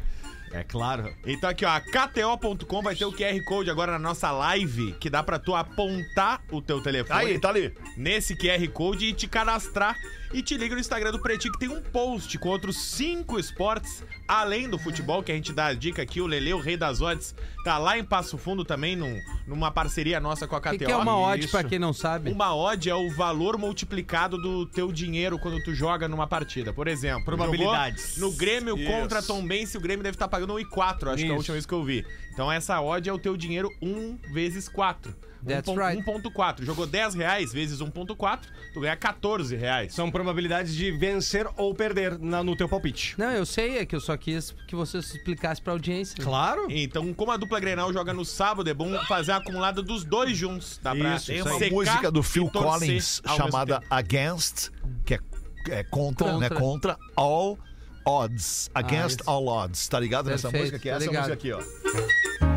D: É claro.
G: Então aqui, ó, a KTO.com vai ter o QR Code agora na nossa live, que dá pra tu apontar o teu telefone
C: Aí, tá ali.
G: nesse QR Code e te cadastrar. E te liga no Instagram do Pretinho, que tem um post com outros cinco esportes, além do futebol, que a gente dá a dica aqui. O Lele, o rei das odds, tá lá em Passo Fundo também, num- numa parceria nossa com a KTO.
E: O que, que é uma odd
G: Isso.
E: pra quem não sabe?
G: Uma odd é o valor multiplicado do teu dinheiro quando tu joga numa partida. Por exemplo,
D: Probabilidades.
G: jogou No Grêmio contra Tombense, o Grêmio deve estar pagando 1,4, acho que é a
D: Isso.
G: última vez que eu vi. Então essa odd é o teu dinheiro 1 vezes Um 4.
E: That's
G: 1.4.
E: right.
G: 1.4. Jogou 10 reais vezes 1.4, tu ganha 14 reais.
D: São probabilidades de vencer ou perder na- no teu palpite.
E: Não, eu sei, é que eu só quis que você explicasse pra audiência.
D: Claro.
G: Então, como a dupla Grenal joga no sábado, é bom fazer a acumulada dos dois juntos. Dá pra
D: Isso,
G: tem
C: Uma
G: secar
C: música do
G: e
C: Phil
G: torcer
C: Collins
G: ao mesmo
C: chamada
G: tempo.
C: Against, que é, é contra,
E: Contra.
C: né? Contra All Odds. Against
E: isso.
C: All Odds. Tá ligado nessa
E: Perfeito,
C: música? Que é
E: tá
C: essa
E: ligado.
C: música aqui, ó.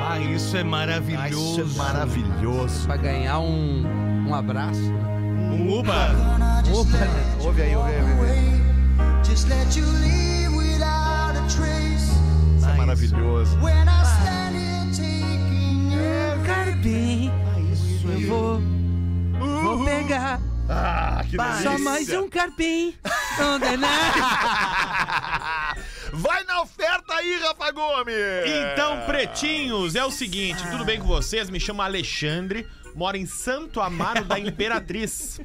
D: Ah, isso é
C: Ah, Isso
D: maravilhoso.
C: é maravilhoso.
E: Pra ganhar um, um abraço.
G: Um Uba.
E: Opa, né?
C: Ouve aí, ouve aí, ouve aí.
H: Just let you leave without a trace.
C: Isso é maravilhoso.
H: When I stand here taking every
E: Ah, eu vou, vou pegar
C: Ah, que
E: só
C: delícia.
E: mais um carpim. Condenado.
C: Vai na oferta aí, Rafa Gomes!
G: Então, pretinhos, é o seguinte, tudo bem com vocês? Me chamo Alexandre, moro em Santo Amaro da Imperatriz.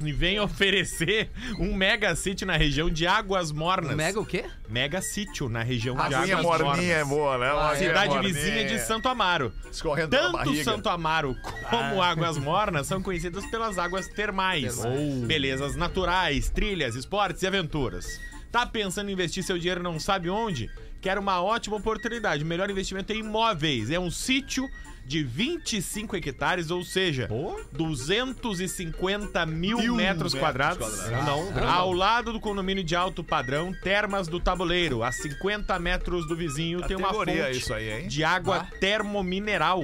G: E venho oferecer um mega sítio na região de Águas Mornas.
C: Um
E: Mega o quê?
G: Mega sítio na região
C: A
G: de
C: aguinha
G: Águas Mornas.
C: morninha é boa, né? Uma aguinha
G: Cidade
C: morninha.
G: vizinha de Santo Amaro.
C: Escorrendo pela
G: Tanto
C: barriga.
G: Santo Amaro como Águas Mornas são conhecidas pelas águas termais. Belezas naturais, trilhas, esportes e aventuras. Tá pensando em investir seu dinheiro e não sabe onde? Quer uma ótima oportunidade. O melhor investimento é imóveis. É um sítio de 25 hectares, ou seja, 250 mil
C: Mil
G: metros
C: metros
G: quadrados.
C: quadrados.
G: Não, ao lado do condomínio de alto padrão, Termas do Tabuleiro, a 50 metros do vizinho, tem uma
C: Categoria
G: fonte
C: isso aí, hein?
G: de água termomineral.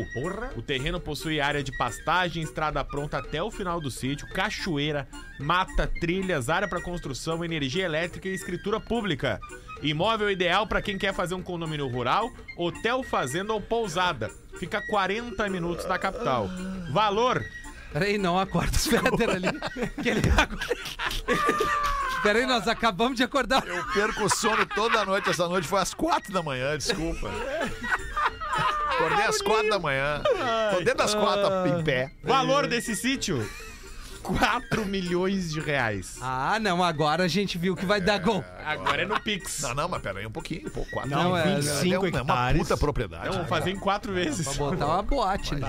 G: O terreno possui área de pastagem, estrada pronta até o final do sítio, cachoeira, mata, trilhas, área para construção, energia elétrica e escritura pública. Imóvel ideal para quem quer fazer um condomínio rural, hotel, fazenda ou pousada. Fica 40 minutos da capital. Valor
E: Peraí, não acorda os Feder ali. Que ele... tá Peraí, nós acabamos de acordar.
C: Eu perco o sono toda noite. Essa noite foi às quatro da manhã, desculpa. Acordei às quatro da manhã. Tô dentro das
G: Ah.
C: quatro em pé.
G: Valor desse sítio? 4 milhões de reais.
E: Ah, não, agora a gente viu que vai dar gol.
G: Agora é no Pix.
C: Não, não, mas peraí um pouquinho. Pô, quatro
E: Não,
C: em
E: é,
C: vinte,
E: não,
C: é, uma- é uma
D: hectares.
C: puta propriedade.
G: Não, Então, vou
C: né,
G: fazer em quatro vezes.
E: Pra botar uma boate, né?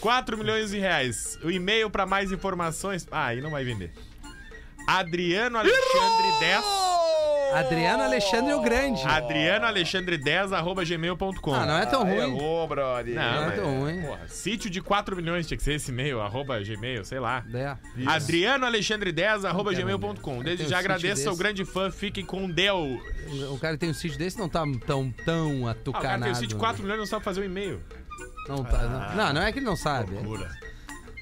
G: 4 milhões de reais. O e-mail pra mais informações. Ah, aí não vai vender. Adriano Alexandre 10.
E: Adriano Alexandre o Grande.
G: Ah, Adriano Alexandre 10 arroba gmail.com.
E: Ah, não é tão
C: cara?
E: ruim.
C: Errou, brother.
G: Não,
E: Não é tão ruim.
G: Porra, sítio de 4 milhões tinha que ser esse e-mail, arroba gmail, sei lá.
E: É.
G: Adriano Alexandre 10 arroba gmail.com. Desde
E: Tem um sítio
G: já agradeço, sou
E: desse.
G: grande fã, fique com Deus.
E: O cara tem um sítio desse, não tá tão, tão
G: Ah, o cara
E: atucanado. né?
G: tem o sítio de 4 milhões não sabe fazer o e-mail.
E: Não, tá, não. não, não é que ele não sabe.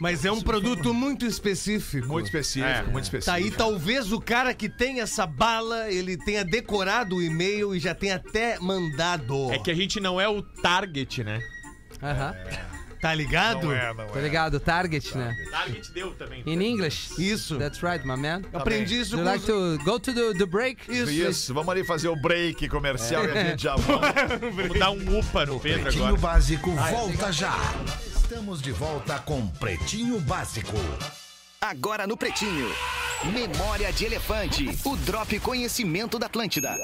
I: Mas é um produto muito específico.
C: Muito específico,
G: É.
C: muito específico.
I: Tá aí, talvez o cara que tem essa bala, ele tenha decorado o e-mail e já tenha até mandado.
G: É que a gente não é o target, né?
E: Aham.
I: Tá ligado?
C: Não é, não
E: Tá
C: é.
E: ligado? Target, né?
G: Target deu também.
E: In English.
I: Isso.
E: That's right, my man.
I: Eu aprendi isso
E: Do you
I: com
E: like
I: os...
E: to go to the, the break?
I: Isso.
C: Isso, vamos ali fazer o break comercial e a gente já volta.
G: Vou dar um upa no Pedro
A: Pretinho
G: agora.
A: Básico volta já. Estamos de volta com Pretinho Básico.
J: Agora no Pretinho. Memória de Elefante. O Drop Conhecimento da Atlântida.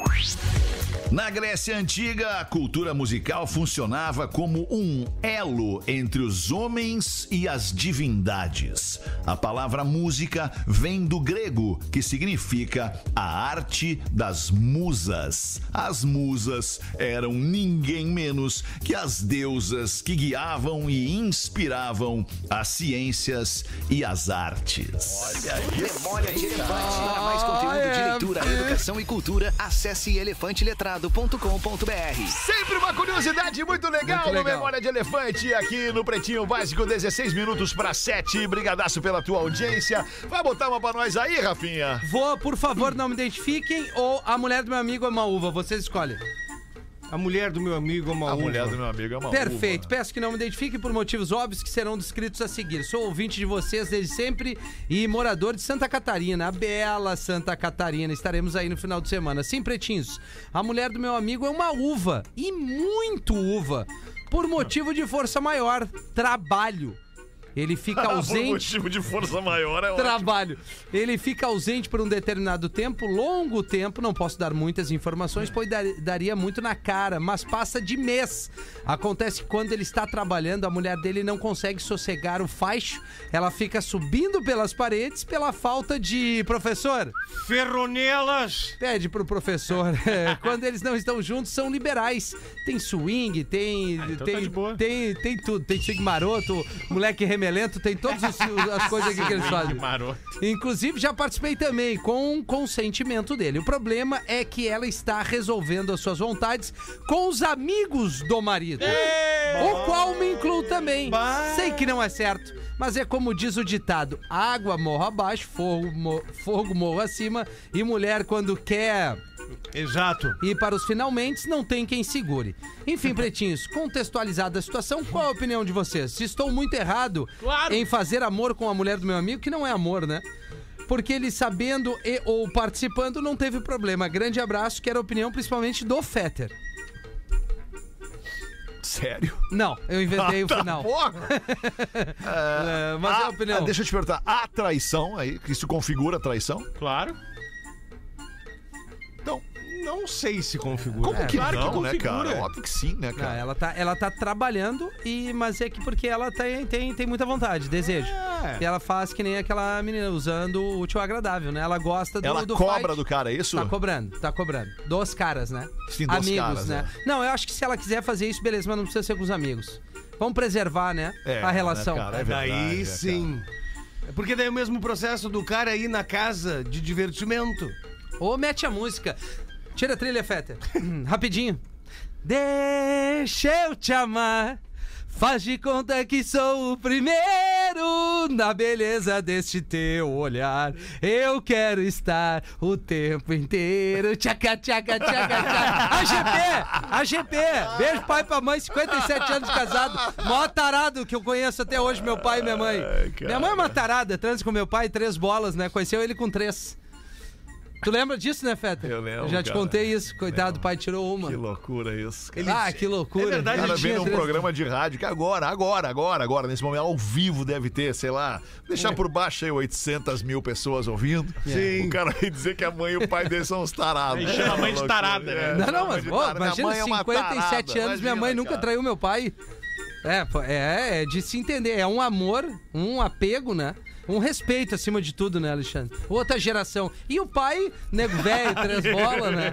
C: Na Grécia Antiga, a cultura musical funcionava como um elo entre os homens e as divindades. A palavra música vem do grego, que significa a arte das musas. As musas eram ninguém menos que as deusas que guiavam e inspiravam as ciências e as artes.
J: Memória de elefante. Para mais conteúdo de leitura, educação e cultura, acesse elefanteletrado.com.br.
C: Sempre uma curiosidade muito legal,
E: Muito
C: no
E: legal.
C: Memória de Elefante, aqui no Pretinho Básico, 16 minutos para 7. Brigadaço pela tua audiência. Vai botar uma pra nós aí, Rafinha?
E: Vou, por favor, não me identifiquem ou a mulher do meu amigo é uma uva. Vocês escolhem.
I: A mulher do meu amigo é uma
C: A
I: uva.
C: mulher do meu amigo é uma
E: Perfeito.
C: uva.
E: Peço que não me identifiquem por motivos óbvios que serão descritos a seguir. Sou ouvinte de vocês desde sempre e morador de Santa Catarina, a bela Santa Catarina. Estaremos aí no final de semana. Sim, pretinhos. A mulher do meu amigo é uma uva e muito uva por motivo de força maior, trabalho. Ele fica
C: Por
E: ausente
C: né? motivo de força maior é ótimo.
E: trabalho. Ele fica ausente por um determinado tempo, longo tempo, não posso dar muitas informações, pois dar- daria muito na cara, mas passa de mês. Acontece que quando ele está trabalhando, a mulher dele não consegue sossegar o faixo, ela fica subindo pelas paredes pela falta de professor.
D: Ferronelas.
E: Pede pro professor. É, quando eles não estão juntos, são liberais. Tem swing, tem.
G: então
E: tem,
G: tá de boa.
E: tem, tem tudo. Tem swing maroto, moleque remelento, tem todas os- as coisas aqui que eles fazem.
G: Maroto.
E: Inclusive, já participei também, com o consentimento dele. O problema é que ela está resolvendo as suas vontades com os amigos do marido. O qual me incluo também. Sei que não é certo, mas é como diz o ditado: água morro abaixo, fogo, mo- fogo morro acima, e mulher quando quer.
D: Exato.
E: E para os finalmente, não tem quem segure. Enfim, pretinhos, contextualizada a situação, qual a opinião de vocês? Se estou muito errado
G: Claro.
E: em fazer amor com a mulher do meu amigo, que não é amor, né? Porque ele sabendo e ou participando não teve problema. Grande abraço, quero a opinião principalmente do Fetter.
C: Sério?
E: Não, eu inventei o
C: Tá
E: final.
C: bom?
E: É, mas é a
C: Ah,
E: opinião.
C: ah, Deixa eu te perguntar, a traição aí, que isso configura a traição?
G: Claro.
C: Então,
I: Não sei se configura.
C: como que
G: claro que
C: não, né,
G: configura.
C: cara? Óbvio que sim, né,
E: Não,
C: cara?
E: ela tá, ela tá trabalhando, e mas é que porque ela tem, tem, tem muita vontade, desejo.
C: É.
E: E ela faz que nem aquela menina, usando o útil ao agradável, né? Ela gosta do,
C: Ela
E: do
C: cobra
E: fight.
C: do cara, é isso?
E: Tá cobrando, tá cobrando. Dos caras, né?
C: Sim, dos
E: amigos,
C: caras, é.
E: né? Não, eu acho que se ela quiser fazer isso, beleza, mas não precisa ser com os amigos. Vamos preservar, né?
C: É,
E: a relação.
C: né, cara? É verdade, né,
I: Daí
C: cara?
I: sim. É Porque daí é o mesmo processo do cara ir na casa de divertimento.
E: Ou mete a música. Tira a trilha, Feta. Hum, Rapidinho. Deixa eu te amar. Faz de conta que sou o primeiro na beleza deste teu olhar. Eu quero estar o tempo inteiro. Tchaca, tchaca, tchaca, tchaca. AGP! AGP! Beijo, pai pra mãe, 57 anos de casado. Maior tarado que eu conheço até hoje, meu pai e minha mãe. Minha mãe é uma tarada, transa com meu pai, três bolas, né? Conheceu ele com três. Tu lembra disso, né, Feta?
C: Eu lembro,
E: já te
C: cara.
E: contei isso. Coitado, o pai tirou uma.
C: Que loucura isso, cara.
E: ah, que loucura.
I: É verdade,
E: Ele
C: Cara, vem
E: tinha
C: num
E: três-
C: um programa de rádio que agora, agora, agora, agora, nesse momento, ao vivo deve ter, sei lá,
E: É.
C: deixar por baixo aí 800 mil pessoas ouvindo. Sim. O cara vai dizer que a mãe e o pai dele são os tarados.
G: Aí chama a mãe de tarada, né?
E: Não, não,
C: chama
E: mas
C: de
E: pô,
C: tarada. Minha
E: imagina,
C: mãe é uma
E: 57
C: tarada,
E: anos, minha mãe
C: imagina,
E: nunca
C: cara.
E: traiu meu pai. É, pô, é, é de se entender. É um amor, um apego, né? Um respeito acima de tudo, né, Alexandre? Outra geração. E o pai, nego velho, três bolas, né?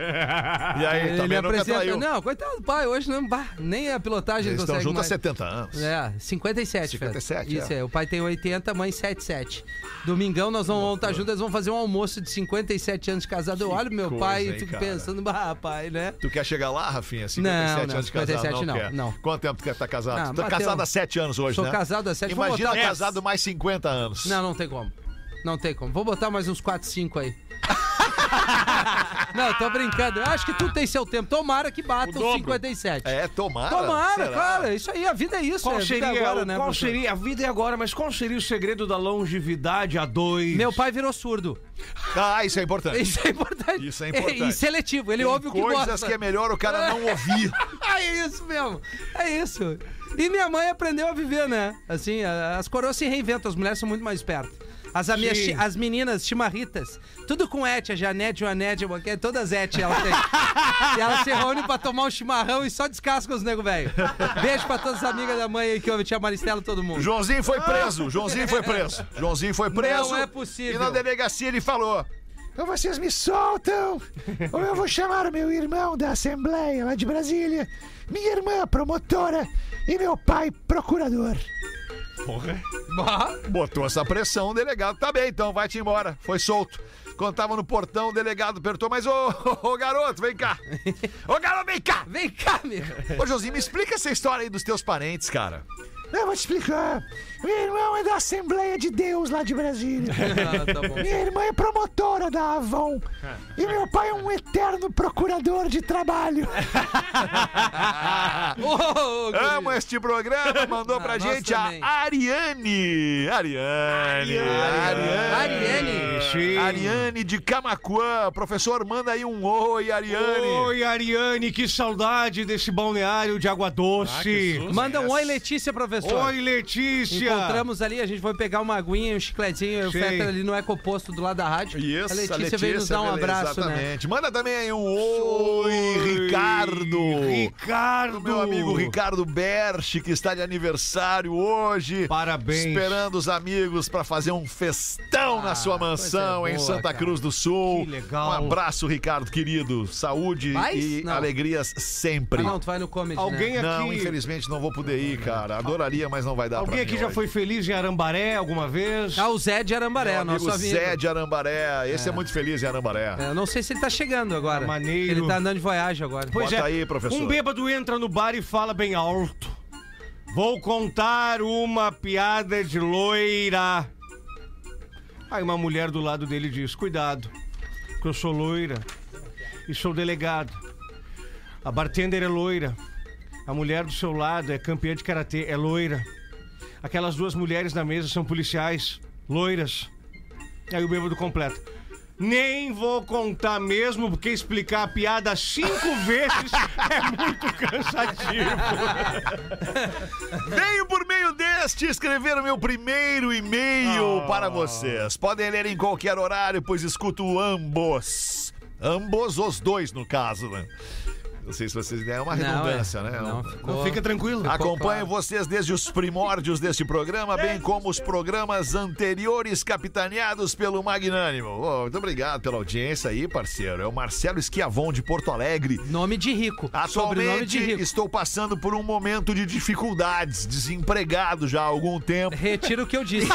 C: E aí, também nunca traiu.
E: Não, coitado do pai, hoje não, bah, nem a pilotagem
C: Eles estão
E: consegue
C: juntos há
E: mais.
C: 70 anos.
E: É, 57,
C: 57,
E: Feta. Isso
C: é.
E: é. O pai tem 80, mãe 77. Domingão nós vamos estar juntos, eles vão fazer um almoço de 57 anos de casado. Eu olho pro meu
C: coisa,
E: pai
C: hein,
E: e fico
C: cara?
E: pensando, bah, pai, né?
C: Tu quer chegar lá, Rafinha? 57
E: não,
C: anos de casado?
E: 57 não,
C: quer.
E: não.
C: Quanto tempo tu quer estar casado?
E: Ah,
C: tu tá
E: bateu.
C: casado há 7 anos hoje,
E: Sou
C: né?
E: casado há sete, vou
C: Imagina
E: botar
C: casado mais 50 anos.
E: Não, não tem como. Não tem como. Vou botar mais uns 4, 5 aí. não, tô brincando. Eu acho que tu tem seu tempo. Tomara que bata os 57.
C: É, tomara.
E: Tomara,
C: será?
E: claro. Isso aí, a vida é isso. é
I: Qual
E: a vida
I: seria,
E: agora, né,
I: qual
E: professor?
I: seria a vida é agora, mas qual seria o segredo da longevidade a dois?
E: Meu pai virou surdo.
C: Ah, isso é importante.
E: Isso é importante.
C: Isso é importante.
E: E, e seletivo. Ele
C: Tem
E: ouve o que
C: coisas
E: gosta.
C: que é melhor o cara não ouvir.
E: Ah, é isso mesmo. É isso. E minha mãe aprendeu a viver, né? Assim, a- as coroas se reinventam, as mulheres são muito mais espertas. As, amigas, chi- as meninas chimarritas. Tudo com Eti, a Janete, o Anete, o Boquete, todas Eti ela tem. e elas se reúnem pra tomar um chimarrão e só descascam os nego velho. Beijo pra todas as amigas da mãe aí que ouve, tia Maristela, todo mundo. Ah!
C: Joãozinho foi preso, Joãozinho foi preso. Joãozinho foi preso.
E: é possível.
C: E na delegacia ele falou: Então vocês me soltam, ou eu vou chamar o meu irmão da Assembleia lá de Brasília, minha irmã promotora e meu pai procurador.
E: Bah,
C: Botou essa pressão, o delegado. Tá bem, então, vai-te embora. Foi solto. Quando tava no portão, o delegado apertou, mas ô, ô, ô, garoto, vem cá. Ô garoto, vem cá!
E: Vem cá, meu.
C: Ô, Josinho, me explica essa história aí dos teus parentes, cara. Eu vou te explicar. Meu irmão é da Assembleia de Deus lá de Brasília.
E: Ah, tá bom.
C: Minha irmã é promotora da Avon. E meu pai é um eterno procurador de trabalho.
E: Ô, ô,
C: Amo este programa. Mandou pra
E: Ah, nós
C: gente
E: também.
C: a Ariane. Ariane.
E: Ariane.
C: Ariane. Ariane de Camacuã. Professor, manda aí um oi, Ariane.
D: Oi, Ariane, que saudade desse balneário de
C: Ah,
D: água doce.
E: Manda um oi, Letícia, professor.
D: Oi, Letícia.
E: Encontramos ali, a gente foi pegar uma aguinha, um chicletinho, eu fui
D: Sim.
E: até ali no ecoposto do lado da rádio.
C: Isso,
E: a Letícia, veio nos dar um
C: beleza,
E: abraço, né?
C: exatamente. Manda também aí um oi, Ricardo.
D: Ricardo.
C: Meu amigo Ricardo Berch, que está de aniversário hoje.
D: Parabéns.
C: Esperando os amigos para fazer um festão na sua mansão
E: coisa
C: em
E: Ah, é, boa,
C: Santa
E: cara.
C: Cruz do Sul.
D: Que legal.
C: Um abraço, Ricardo, querido. Saúde
E: Mas,
C: e
E: não.
C: alegrias sempre.
E: Ah, não, tu vai no comedy,
D: Alguém
E: né?
D: aqui,
C: Não, infelizmente não vou poder ir, cara. Adoraria, mas não vai dar
D: alguém
C: pra
D: aqui
C: mim
D: já
C: hoje.
D: foi feliz em Arambaré alguma vez?
E: Ah, o Zé de Arambaré,
C: Meu
E: o nosso
C: amigo
E: amigo.
C: Zé de Arambaré. Esse é. muito feliz em Arambaré.
E: É, eu não sei se ele tá chegando agora.
D: Ah, maneiro.
E: Ele tá andando de viagem agora.
D: Pois
C: Bota
D: é.
C: aí, professor.
D: Um bêbado entra no bar e fala bem alto. Vou contar uma piada de loira. Aí uma mulher do lado dele diz: Cuidado, que eu sou loira e sou delegado. A bartender é loira. A mulher do seu lado é campeã de karatê, é loira. Aquelas duas mulheres na mesa são policiais, loiras. Aí o bêbado completa. Nem vou contar mesmo, porque explicar a piada cinco vezes é muito cansativo.
C: Venho por meio deste escrever o meu primeiro e-mail para vocês. Podem ler em qualquer horário, pois escuto ambos. Ambos os dois, no caso, né? Não sei se vocês deram uma redundância, né?
E: é. Não, ficou...
D: Fica tranquilo.
C: Acompanho vocês desde os primórdios deste programa, bem como os programas anteriores capitaneados pelo Magnânimo. Ô, muito obrigado pela audiência aí, parceiro. É o Marcelo Esquiavon de Porto Alegre.
E: Nome de rico. Sobrenome
C: Atualmente
E: de rico.
C: estou passando por um momento de dificuldades, desempregado já há algum tempo.
E: Retiro o que eu disse.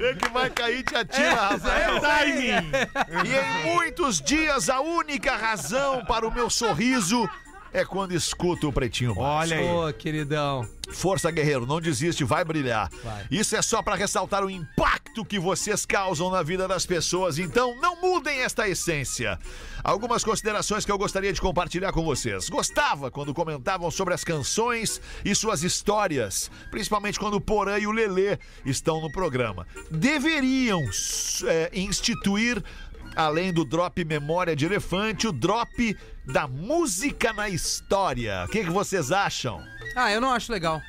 C: É que vai cair te atira, rapaz. é E em muitos dias a única razão para o meu sorriso é quando escuto o Pretinho Básico.
D: Olha aí.
E: Ô, queridão.
C: Força, guerreiro, não desiste, vai brilhar. Isso é só para ressaltar o impacto que vocês causam na vida das pessoas, então não mudem esta essência. Algumas considerações que eu gostaria de compartilhar com vocês. Gostava quando comentavam sobre as canções e suas histórias, principalmente quando o Porã e o Lelê estão no programa. Deveriam s- é, instituir Além do drop Memória de Elefante, o drop da música na história. O que que vocês acham?
E: Ah, eu não acho legal.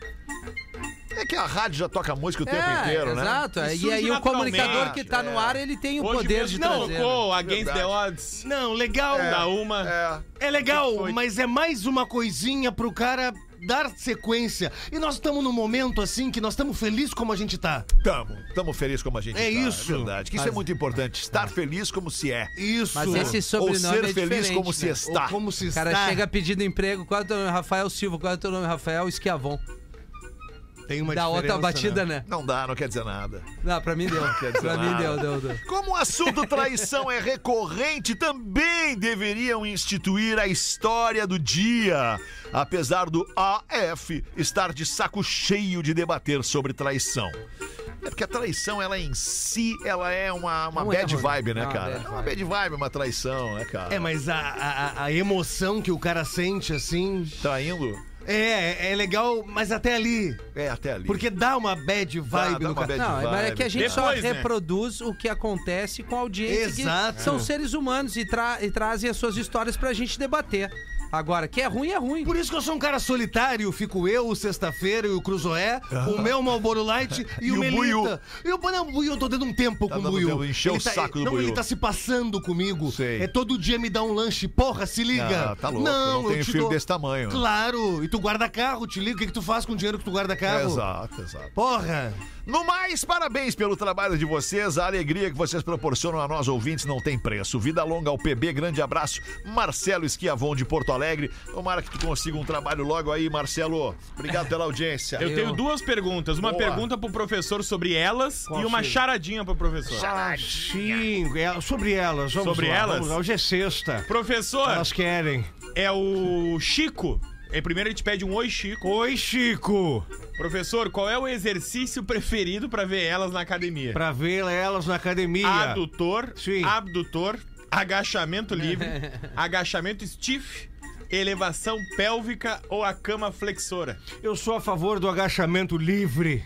C: É que a rádio já toca música o tempo
E: é,
C: inteiro, né?
E: exato. é. E
G: surge
E: aí o comunicador que
G: naturalmente,
E: tá no ar, ele tem o poder de
G: não
E: trazer. né?
G: tocou Against
C: Verdade.
G: the Odds.
D: Não, legal.
G: Da uma.
C: É.
D: É legal, mas é mais uma coisinha pro cara dar sequência. E nós estamos num momento assim que nós estamos felizes como a gente tá.
C: Tamo, tamo feliz como a gente
D: É
C: tá,
D: isso.
C: É verdade. Que isso é muito importante. Estar feliz como se é.
D: Isso.
E: Mas esse
C: Ou
E: sobrenome
C: ser
E: é
C: feliz
E: diferente,
C: como
E: né?
C: se está.
D: Ou como se
E: O cara
D: está.
E: chega pedindo emprego, qual é o teu nome? Rafael Silva, qual é o teu nome? Rafael Esquiavon.
D: Tem uma
E: Dá outra
D: diferença,
E: batida, né?
C: Não dá, não quer dizer nada.
E: Não, pra mim deu.
C: dizer
E: pra mim
D: ah,
C: nada.
E: deu, deu, deu.
C: Como o assunto traição é recorrente, também deveriam instituir a história do dia. Apesar do AF estar de saco cheio de debater sobre traição. É porque a traição, ela em si, ela é uma, uma
E: É um
C: bad
E: erro, né?
C: vibe, né,
E: É uma
C: cara?
E: bad É
C: É uma bad vibe, uma traição, né, cara?
D: É, mas a, a, a emoção que o cara sente assim.
C: Tá Traindo?
D: É, é legal, mas até ali.
C: É, até ali. Tá,
D: Porque dá uma bad vibe
C: dá
D: no
C: uma
D: cara.
C: bad
E: Não, mas é que a gente só
G: Depois, né?
E: reproduz o que acontece com a audiência.
D: Exato.
E: Que são seres humanos e, tra- e trazem as suas histórias pra gente debater. Agora, que é ruim, é ruim.
D: Por isso que eu sou um cara solitário, fico eu, o sexta-feira, e o Cruzoé, o meu Malboro Light e,
C: Ah. E
D: o
C: o
D: Melita.
C: Buiú.
D: E o não, o Buiú, eu tô dando um tempo
C: Tá
D: com o
C: dando
D: Buiu.
C: tempo, encheu o saco do
D: Não,
C: Buiú.
D: ele tá se passando comigo.
C: Sei.
D: É todo dia me dá um lanche, porra, se liga.
C: Ah, tá louco, não
D: eu
C: tenho
D: te
C: filho
D: dou-
C: desse tamanho.
D: Claro, e tu guarda carro, te liga, o que, que tu faz com o dinheiro que tu guarda carro?
C: É, Exato, exato.
D: Porra!
C: No mais, parabéns pelo trabalho de vocês. A alegria que vocês proporcionam a nós ouvintes não tem preço. Vida longa ao PB, grande abraço. Marcelo Esquiavon de Porto Alegre. Tomara que tu consiga um trabalho logo aí, Marcelo. Obrigado pela audiência.
E: É,
G: Eu tenho duas perguntas. Uma
C: Boa.
G: pergunta pro professor sobre elas e uma charadinha pro professor.
D: Sim, é- sobre elas, vamos
G: Sobre
D: lá,
G: elas?
D: vamos lá. Hoje é sexta.
G: Professor,
D: Elas querem.
G: é o Chico. É, primeiro ele te pede um oi, Chico.
D: Oi, Chico!
G: Professor, qual é o exercício preferido pra ver elas na academia?
D: Pra ver elas na academia.
G: Adutor,
D: Sim.
G: abdutor, agachamento livre, agachamento stiff, elevação pélvica ou a cama flexora.
D: Eu sou a favor do agachamento livre.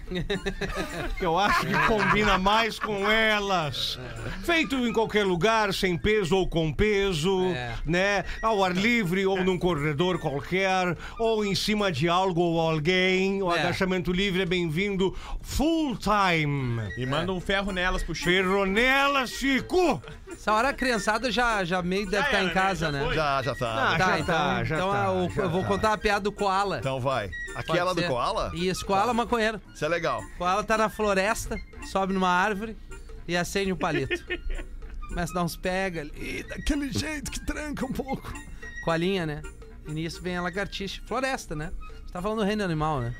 D: Eu acho que combina mais com elas. Feito em qualquer lugar, sem peso ou com peso,
E: É.
D: né? Ao ar livre ou num corredor qualquer, ou em cima de algo ou alguém. O
E: É.
D: agachamento livre é bem-vindo full time.
G: E manda um ferro nelas pro Chico.
D: Ferronela, Chico!
E: Essa hora a criançada já, já meio deve estar
G: era,
E: em
G: né?
E: casa,
G: Já
E: né?
G: foi.
C: Já, já tá.
E: Tá,
D: Ah, já
E: então,
D: tá, já
E: então
D: tá,
E: ah, o-
D: já
E: eu vou
D: tá.
E: contar a piada do Koala.
C: Então vai.
E: Pode
D: é
C: Aquela do
E: ser?
C: Koala?
E: Isso,
D: Tá.
E: Koala maconheiro.
C: Isso é legal.
E: Koala tá na floresta, sobe numa árvore e acende um palito. Começa a dar uns pega ali,
B: Daquele jeito que tranca um pouco.
E: colinha, né? E nisso vem a lagartixa. Floresta, né? Você tá falando do reino animal, né?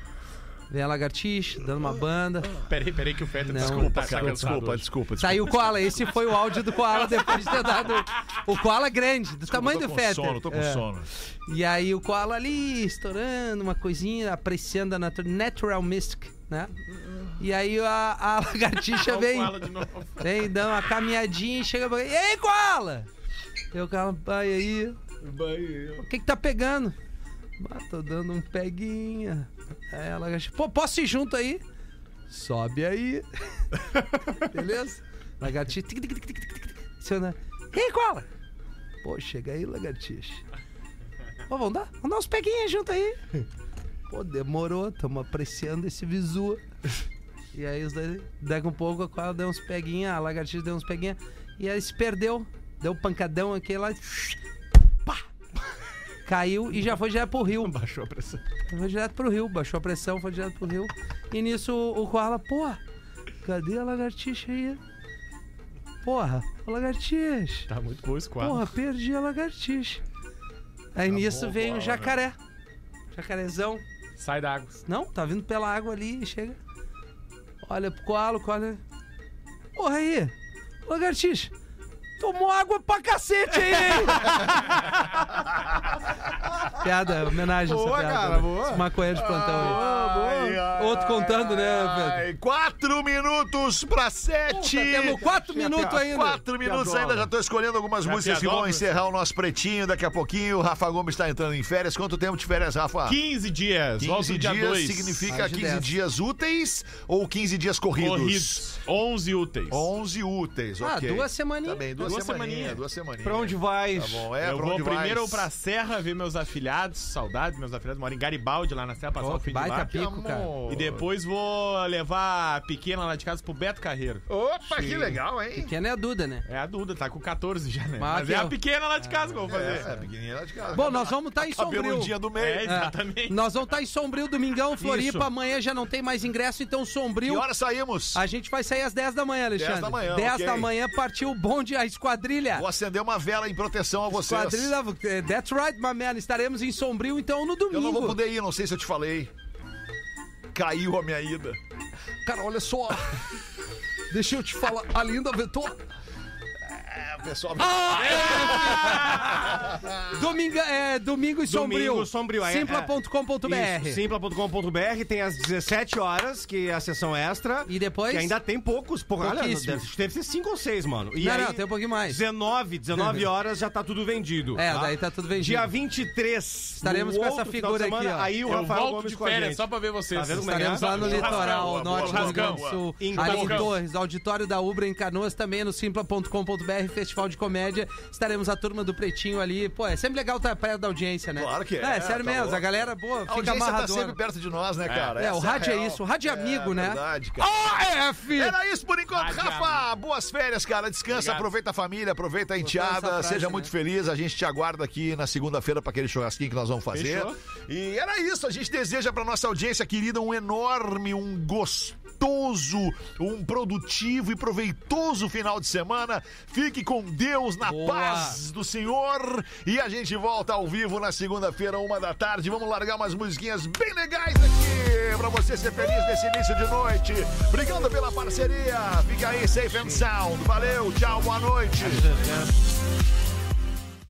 E: Vem a lagartixa, dando uma banda.
G: Peraí, peraí que o tá Feta
E: Não.
C: Desculpa, cara. Desculpa,
G: hoje.
C: desculpa.
E: Saiu o Koala. Esse foi o áudio do Koala depois de ter dado. O Koala grande, do tamanho
C: tô
E: do
C: com
E: Fetter.
C: sono, tô com
E: É.
C: sono.
E: E aí o Koala ali, estourando uma coisinha, apreciando a natu- natural mystic, né? E aí a, a lagartixa vem,
G: Fala de novo.
E: vem, dá uma caminhadinha e chega pra... E aí, Koala? Eu, Koala, pai, aí... O que que tá pegando? Ah, tô dando um peguinha. Aí a lagartixa... Pô, posso ir junto aí? Sobe aí. Beleza? Lagartixa... tic, tic, tic, tic, tic, tic, tic, aciona. E aí, Koala? Pô, chega aí, lagartixa. Ó, vamos dar, vamos dar uns peguinhos junto aí. Pô, demorou, tamo apreciando esse visu. E aí os dois, daqui um pouco, a cola deu uns peguinha, a lagartixa deu uns peguinha. E aí se perdeu, deu um pancadão aqui lá. pá, Caiu e já foi direto pro rio. Baixou a pressão. Foi direto pro rio, baixou a pressão, foi direto pro rio. E nisso o, o koala, pô, cadê a lagartixa aí? Porra, a lagartixa.
G: Tá muito bom esse quadro.
E: Porra, perdi a lagartixa. Aí nisso vem um jacaré. Jacarezão.
G: Sai da água.
E: Não, tá vindo pela água ali e chega. Olha pro coalo, coala. Porra aí, lagartixa. Tomou água pra cacete aí, hein? piada, homenagem a essa
C: Boa,
E: piada.
C: cara,
E: né?
C: boa. Ah,
E: Esse maconheiro de plantão aí.
C: Ai, ai,
E: Outro contando, né,
C: ai. Quatro minutos pra sete.
E: Puta, temos quatro minutos ainda.
C: Quatro minutos ainda, já tô escolhendo algumas músicas que vão
G: piadola.
C: encerrar o nosso pretinho daqui a pouquinho. O Rafa Gomes tá entrando em férias. Quanto tempo de férias, Rafa?
G: 15 dias.
C: 15
G: Volta dia
C: dias
G: 2.
C: significa
E: Mais de
C: 15
E: dez.
C: dias úteis ou 15 dias corridos?
G: corridos. 11 úteis.
C: 11 úteis,
E: Ah,
C: ok.
E: duas semaninhas.
C: Tá bem, duas,
G: Duas
C: semaninhas,
G: semaninhas.
C: Duas semaninhas.
D: Pra onde vais?
C: Tá bom, é,
G: eu
C: pra
G: vou
C: onde
G: primeiro
C: vais?
G: pra Serra ver meus afilhados, saudades, meus afilhados moram em Garibaldi lá na Serra, passar
E: Ó,
G: o fim de
E: baita
G: lá.
E: pico, cara.
G: E depois vou levar a pequena lá de casa pro Beto Carreiro.
C: Opa, que legal, hein?
E: Que não é a Duda, né?
G: É a Duda, tá com 14 já, né?
E: Mas
G: Mas, é
E: aqui,
G: a
E: ó.
G: pequena lá de casa que eu vou fazer.
C: É, pequenininha lá de casa.
E: Bom, nós vamos estar tá em Sombrio.
C: Cabeludinha do meio.
G: É, exatamente.
E: Nós vamos estar em Sombrio, Domingão, Floripa.
G: Isso.
E: Amanhã já não tem mais ingresso, então
C: Que
E: Sombrio...
C: hora saímos?
E: A gente vai sair às 10 da manhã, Alexandre.
C: 10 da manhã,
E: 10
C: ok.
E: da manhã partiu o bonde, a esquadrilha.
C: Vou acender uma vela em proteção a vocês.
E: Esquadrilha, eh, that's right, Mamela. Estaremos em Sombrio, então, no domingo.
C: Eu não vou poder ir, não sei se eu te falei. Caiu a minha ida.
B: Cara, olha só. Deixa eu te falar, a linda Vetor.
C: É, o pessoal.
E: Ah, Dominga, é, domingo e Sombrio.
D: Domingo sombrio. é, é.
E: Simpla.com.br.
D: Isso, Simpla.com.br tem às 17 horas, que é a sessão extra.
E: E depois?
D: Que ainda tem poucos. Pô, olha,
E: Pouquíssimos.
D: deve, deve ser 5 ou 6, mano. E
E: Não,
D: aí,
E: não, tem um pouquinho mais.
D: 19, 19 horas já tá tudo vendido.
E: É, daí tá tudo vendido.
D: Dia 23.
E: Estaremos
D: no
E: com essa
D: outro final de
E: figura
D: semana,
E: aqui, ó.
D: Aí o
F: Eu
D: Rafael
F: volto
D: Gomes
F: de
D: com a
F: férias
D: gente.
F: só pra ver vocês.
D: Tá vendo como é que é?
E: Estaremos lá no litoral
C: boa,
E: norte
C: boa,
E: do Rio Grande do
C: boa.
E: Sul.
D: Em
E: Ali em
D: Cascão.
E: Torres, auditório da Ubra em Canoas, também no simpla.com.br, Festival de Comédia. Estaremos a turma do Pretinho ali. Pô, é sempre legal estar perto da audiência, né?
C: Claro que é,
E: Não, é sério
C: tá
E: mesmo,
C: louco.
E: a galera boa,
C: A
E: fica
C: audiência tá
E: amarradona.
C: sempre perto de nós, né, cara?
E: É,
C: Essa
E: o rádio é
C: real.
E: isso, o rádio é amigo, né?
C: verdade, cara.
E: AF!
C: Era isso por enquanto, Rafa. Boas férias, cara. Descansa,
F: Obrigado.
C: aproveita a família, aproveita a
E: essa
C: enteada.
E: frase,
C: Seja
E: né?
C: muito feliz. A gente te aguarda aqui na segunda-feira para aquele churrasquinho que nós vamos fazer.
F: Fechou.
C: E era isso. A gente deseja para nossa audiência querida um enorme, um gostoso, um produtivo e proveitoso final de semana. Fique com Deus na
E: Boa.
C: paz do Senhor. E a gente volta ao vivo na segunda-feira, uma da tarde. Vamos largar umas musiquinhas bem legais aqui pra você ser feliz nesse início de noite. Obrigado pela parceria. Fica aí, safe and sound. Valeu, tchau, boa noite.